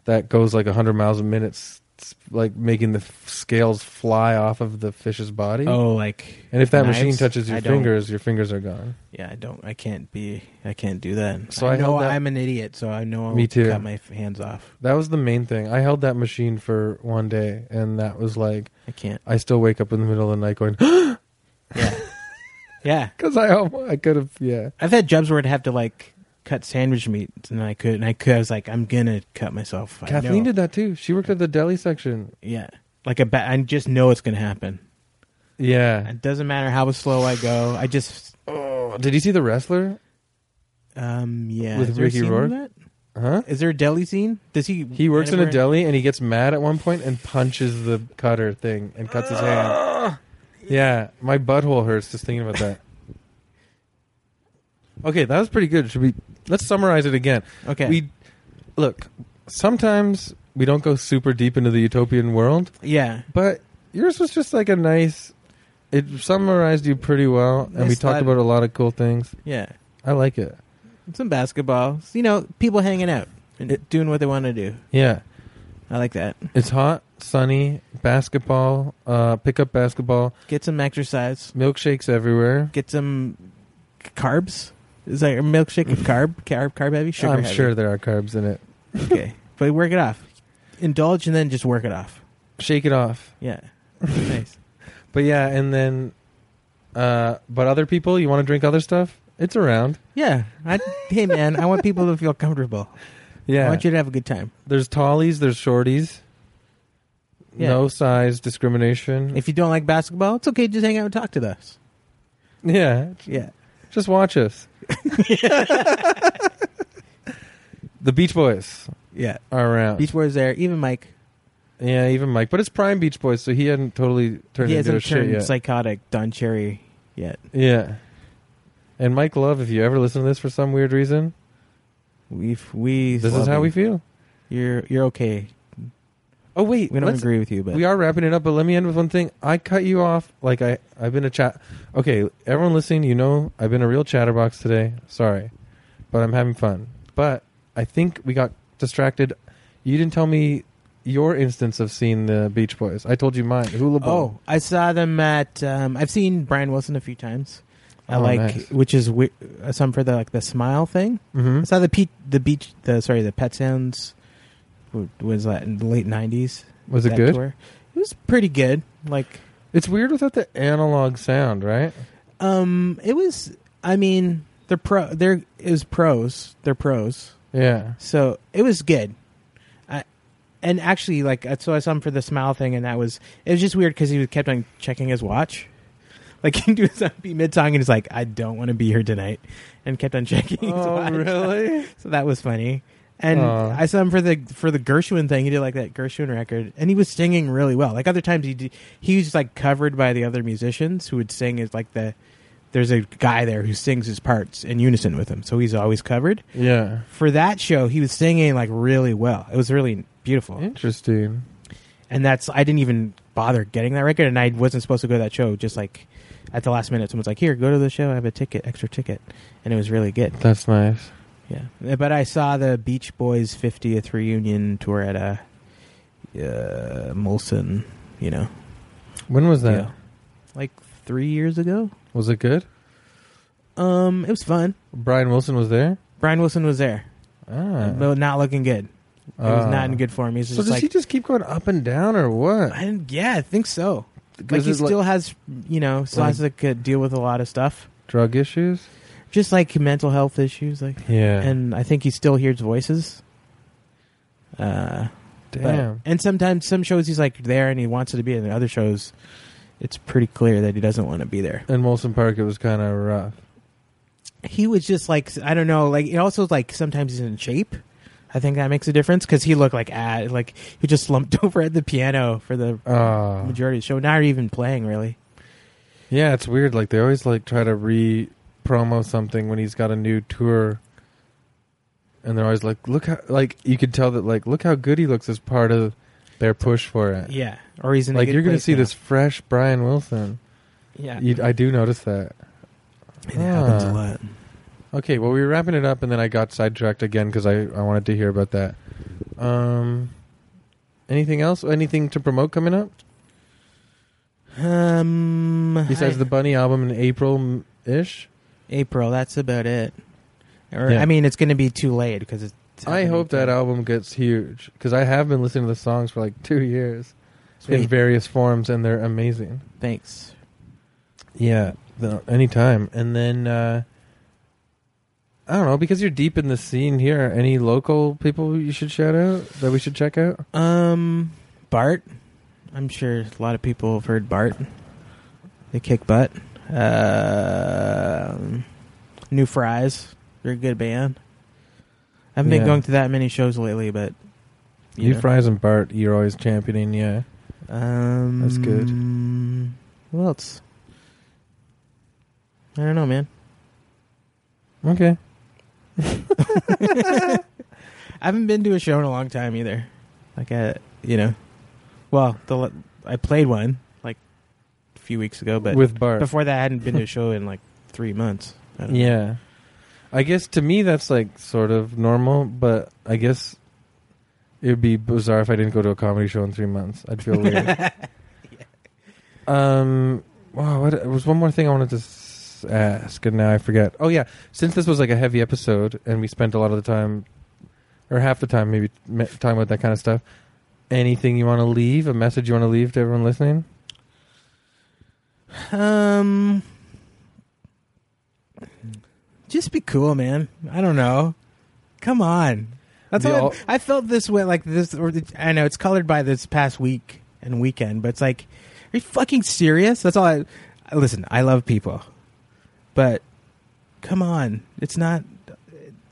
that goes like 100 miles a minute s- s- like making the f- scales fly off of the fish's body. Oh, like and if that machine knives? touches your I don't- fingers, your fingers are gone. Yeah, I don't. I can't be. I can't do that. So So I, I know held that- I'm an idiot. So I know I'll Me too. cut my f- hands off. That was the main thing. I held that machine for one day, and that was like I can't. I still wake up in the middle of the night going Yeah, yeah. because I almo- I could have yeah. I've had jobs where I'd have to like cut sandwich meat, and I could, and I could. I was like, I'm gonna cut myself. I Kathleen know. did that too. She worked at the deli section. Yeah, like a ba- I just know it's gonna happen. Yeah. It doesn't matter how slow I go. I just, Oh, did you see the wrestler? um, yeah. With Is there a Ricky scene in Rourke? that? Huh? Is there a deli scene? Does he? He works in a anywhere- deli and he gets mad at one point and punches the cutter thing and cuts his Ah, hand. Yeah, my butthole hurts just thinking about that. Okay, that was pretty good. Should we let's summarize it again. Okay. We look, sometimes we don't go super deep into the utopian world, yeah. but yours was just like a nice it summarized you pretty well and we Nice talked slide. about a lot of cool things. Yeah. I like it. Some basketball. You know, people hanging out and doing what they want to do. Yeah. I like that. It's hot, sunny, basketball, uh pickup basketball. Get some exercise. milkshakes everywhere. Get some c- carbs. Is that your milkshake with carb, carb, carb heavy? Sugar I'm heavy. sure there are carbs in it. Okay, but work it off. Indulge and then just work it off. Shake it off. Yeah. nice. But yeah, and then, uh, but other people, you want to drink other stuff? It's around. Yeah. I, hey man, I want people to feel comfortable. I Yeah. want you to have a good time. there's tallies, there's shorties. Yeah. No size discrimination. If you don't like basketball, it's okay. Just hang out and talk to us. yeah. Yeah. Just watch us. the Beach Boys Yeah. are around. Beach Boys there. Even Mike. yeah, even Mike. But it's prime Beach Boys, so he hadn't totally turned he into a hasn't shit turned yet. psychotic Don Cherry yet. yeah. And Mike Love, if you ever listen to this for some weird reason, We've we. This is love how him. we feel. You're you're okay. Oh wait, We don't let's- agree with you, but we are wrapping it up. But let me end with one thing. I cut you off. Like I, I've been a chat. Okay, everyone listening, you know I've been a real chatterbox today. Sorry, but I'm having fun. But I think we got distracted. You didn't tell me your instance of seeing the Beach Boys. I told you mine. Hula Ball. oh, I saw them at. Um, I've seen Brian Wilson a few times. I Oh, like nice. which is wi- uh, some for the like the smile thing. I hmm saw the pe- the beach the sorry the Pet Sounds w- was that in the late nineties. Was it good? It was pretty good. Like It's weird without the analog sound, right? um, it was. I mean, they're pro. There is pros. They're pros. Yeah. So it was good. I, and actually, like, so I saw him for the smile thing, and that was it was just weird because he was kept on checking his watch. Like he'd do something mid song, and he's like, "I don't want to be here tonight," and kept on checking his Oh, watch. really? So that was funny. And Aw. I saw him for the for the Gershwin thing. He did like that Gershwin record, and he was singing really well. Like other times, he did, he was like covered by the other musicians who would sing as like the there's a guy there who sings his parts in unison with him, so he's always covered Yeah. for that show he was singing like really well it was really beautiful Interesting. and that's i didn't even bother getting that record and i wasn't supposed to go to that show just like at the last minute someone's like here go to the show i have a ticket extra ticket and it was really good That's nice. yeah but i saw the beach boys 50th reunion tour at uh, uh molson you know When was that? deal. like three years ago Was it good? um it was fun Brian Wilson was there. brian wilson was there Ah. but not looking good it was Ah. not in good form he's So just does like he just keep going up and down, or what? I didn't- yeah i think so like Because he it's still has you know still has to c- deal with a lot of stuff drug issues. just like mental health issues like Yeah. and i think he still hears voices uh but- Damn. and sometimes some shows he's like there and he wants to be in the other shows it's pretty clear that he doesn't want to be there in Molson Park, it was kind of rough. he was just like i don't know like it also like sometimes he's in shape i think that makes a difference because he looked like ah, like he just slumped over at the piano for the Ah. majority of the show not even playing really yeah, it's weird. Like they always like try to re promo something when he's got a new tour, and they're always like, "Look how like you could tell that like look how good he looks as part of their push for it." yeah or he's in a Like good you're gonna place see now. this fresh Brian Wilson. yeah You, I do notice that. It happens a Ah. lot. Okay, well, we were wrapping it up, and then I got sidetracked again because I, I wanted to hear about that. Um, Anything else? Anything to promote coming up Um, besides I- the Bunny album in April ish? April, that's about it. Or Yeah. I mean, it's going to be too late because it's. I hope that album gets huge because I have been listening to the songs for like two years in Sweet. various forms, and they're amazing. Thanks. Yeah, the, anytime. And then uh, I don't know because you're deep in the scene here. Any local people you should shout out that we should check out? Um, Bart. I'm sure a lot of people have heard Bart. They kick butt. Um New Fries. They're a good band. I haven't Yeah. been going to that many shows lately, but you You know. fries and Bart, you're always championing. Yeah, Um, That's good. What else? I don't know, man. okay. I haven't been to a show in a long time either. Like I, you know, well, the l- I played one like a few weeks ago, but With Bart, before that, I hadn't been to a show in like three months. I don't know. yeah. I guess to me that's like sort of normal, but I guess it would be bizarre if I didn't go to a comedy show in three months. I'd feel weird. Um. Wow. What, there was one more thing I wanted to s- ask, and now I forget. Oh yeah. Since this was like a heavy episode, and we spent a lot of the time, or half the time, maybe me- talking about that kind of stuff. Anything you want to leave? A message you want to leave to everyone listening? Um, just be cool, man. I don't know. Come on. That's The all. all- I felt this way, like this, or the, I know it's colored by this past week and weekend, but it's like, are you fucking serious? That's all. I, I listen. I love people, but come on, it's not.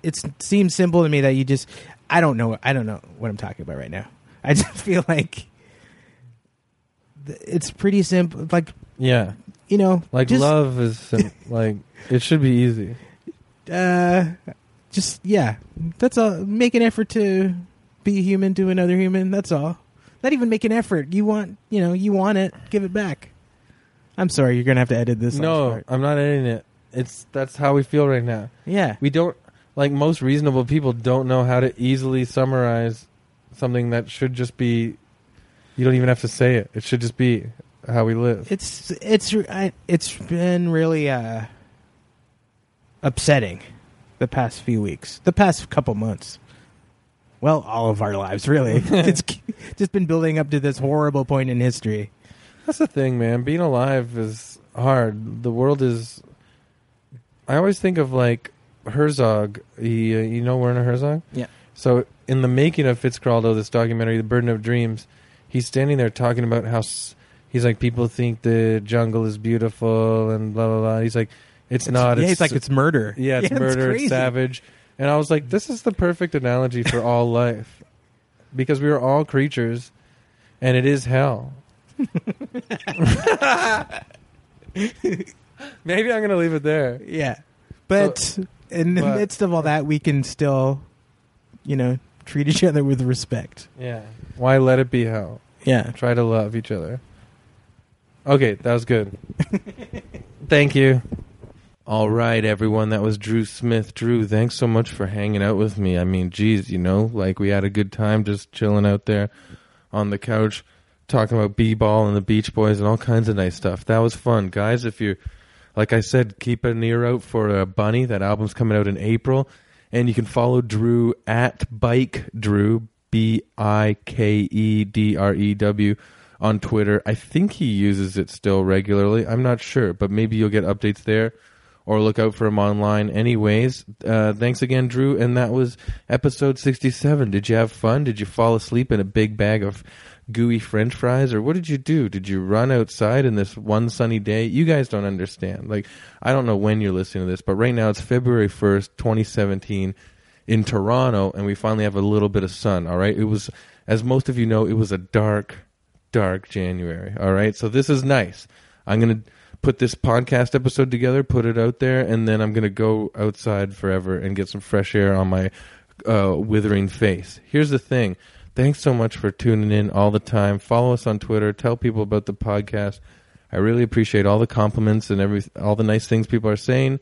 It's, it seems simple to me that you just. I don't know. I don't know what I'm talking about right now. I just feel like th- it's pretty simple. Like Yeah. you know, Like just, love is sim- like it should be easy. Uh, just yeah, that's all. Make an effort to be a human to another human. That's all. Not even make an effort. You want, you know, you want it. Give it back. I'm sorry, you're gonna have to edit this. last no, part. I'm not editing it. It's that's how we feel right now. yeah, We don't like most reasonable people don't know how to easily summarize something that should just be you don't even have to say it. It should just be how we live. it's it's I, it's been really uh upsetting the past few weeks, the past couple months. Well, all of our lives, really. it's just been building up to this horrible point in history. That's the thing, man. Being alive is hard. The world is I always think of like Herzog. He, uh, you know Werner Herzog? Yeah. So in the making of Fitzcarraldo, this documentary, The Burden of Dreams, he's standing there talking about how s- he's like people think the jungle is beautiful and blah blah blah. He's like it's, not. Yeah, it's, like it's murder. Yeah, it's murder, it's crazy. savage. And I was like, this is the perfect analogy for all life. Because we are all creatures and it is hell. Maybe I'm going to leave it there. Yeah. But in the but- midst of all that, we can still, you know, treat each other with respect. Yeah. Why let it be hell? Yeah. Try to love each other. Okay, that was good. Thank you. All right, everyone. That was Drew Smith. Drew, thanks so much for hanging out with me. I mean, geez, you know, like we had a good time just chilling out there on the couch, talking about b ball and the Beach Boys and all kinds of nice stuff. That was fun, guys. If you're, like I said, keep an ear out for uh, Bunny. That album's coming out in April, and you can follow Drew at Bike Drew B I K E D R E W on Twitter. I think he uses it still regularly. I'm not sure, but maybe you'll get updates there or look out for him online. Anyways, uh, thanks again, Drew. And that was episode 67. Did you have fun? Did you fall asleep in a big bag of gooey french fries? Or what did you do? Did you run outside in this one sunny day? You guys don't understand. Like, I don't know when you're listening to this, but right now it's February 1st, 2017 in Toronto, and we finally have a little bit of sun. All right. It was, as most of you know, it was a dark, dark January. All right. So this is nice. I'm going to put this podcast episode together, put it out there, and then I'm going to go outside forever and get some fresh air on my uh, withering face. Here's the thing. Thanks so much for tuning in all the time. Follow us on Twitter. Tell people about the podcast. I really appreciate all the compliments and every all the nice things people are saying.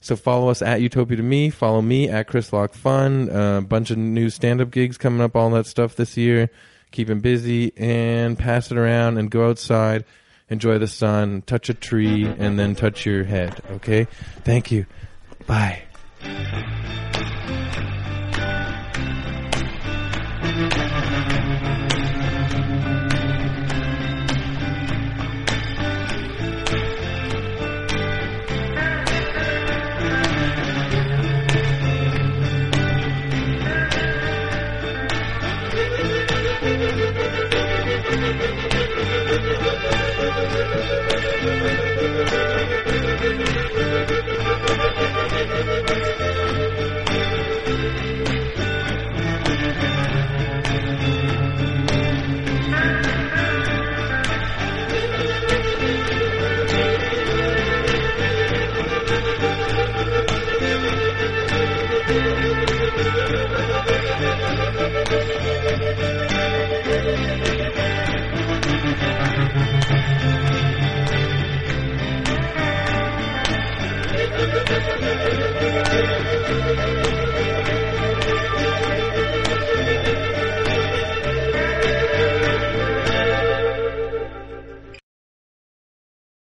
So follow us at Utopia to me. Follow me at Chris Lock Fun. A bunch of new stand up gigs coming up, all that stuff this year. keep him busy, and pass it around and go outside, enjoy the sun, touch a tree, and then touch your head. Okay? Thank you. Bye.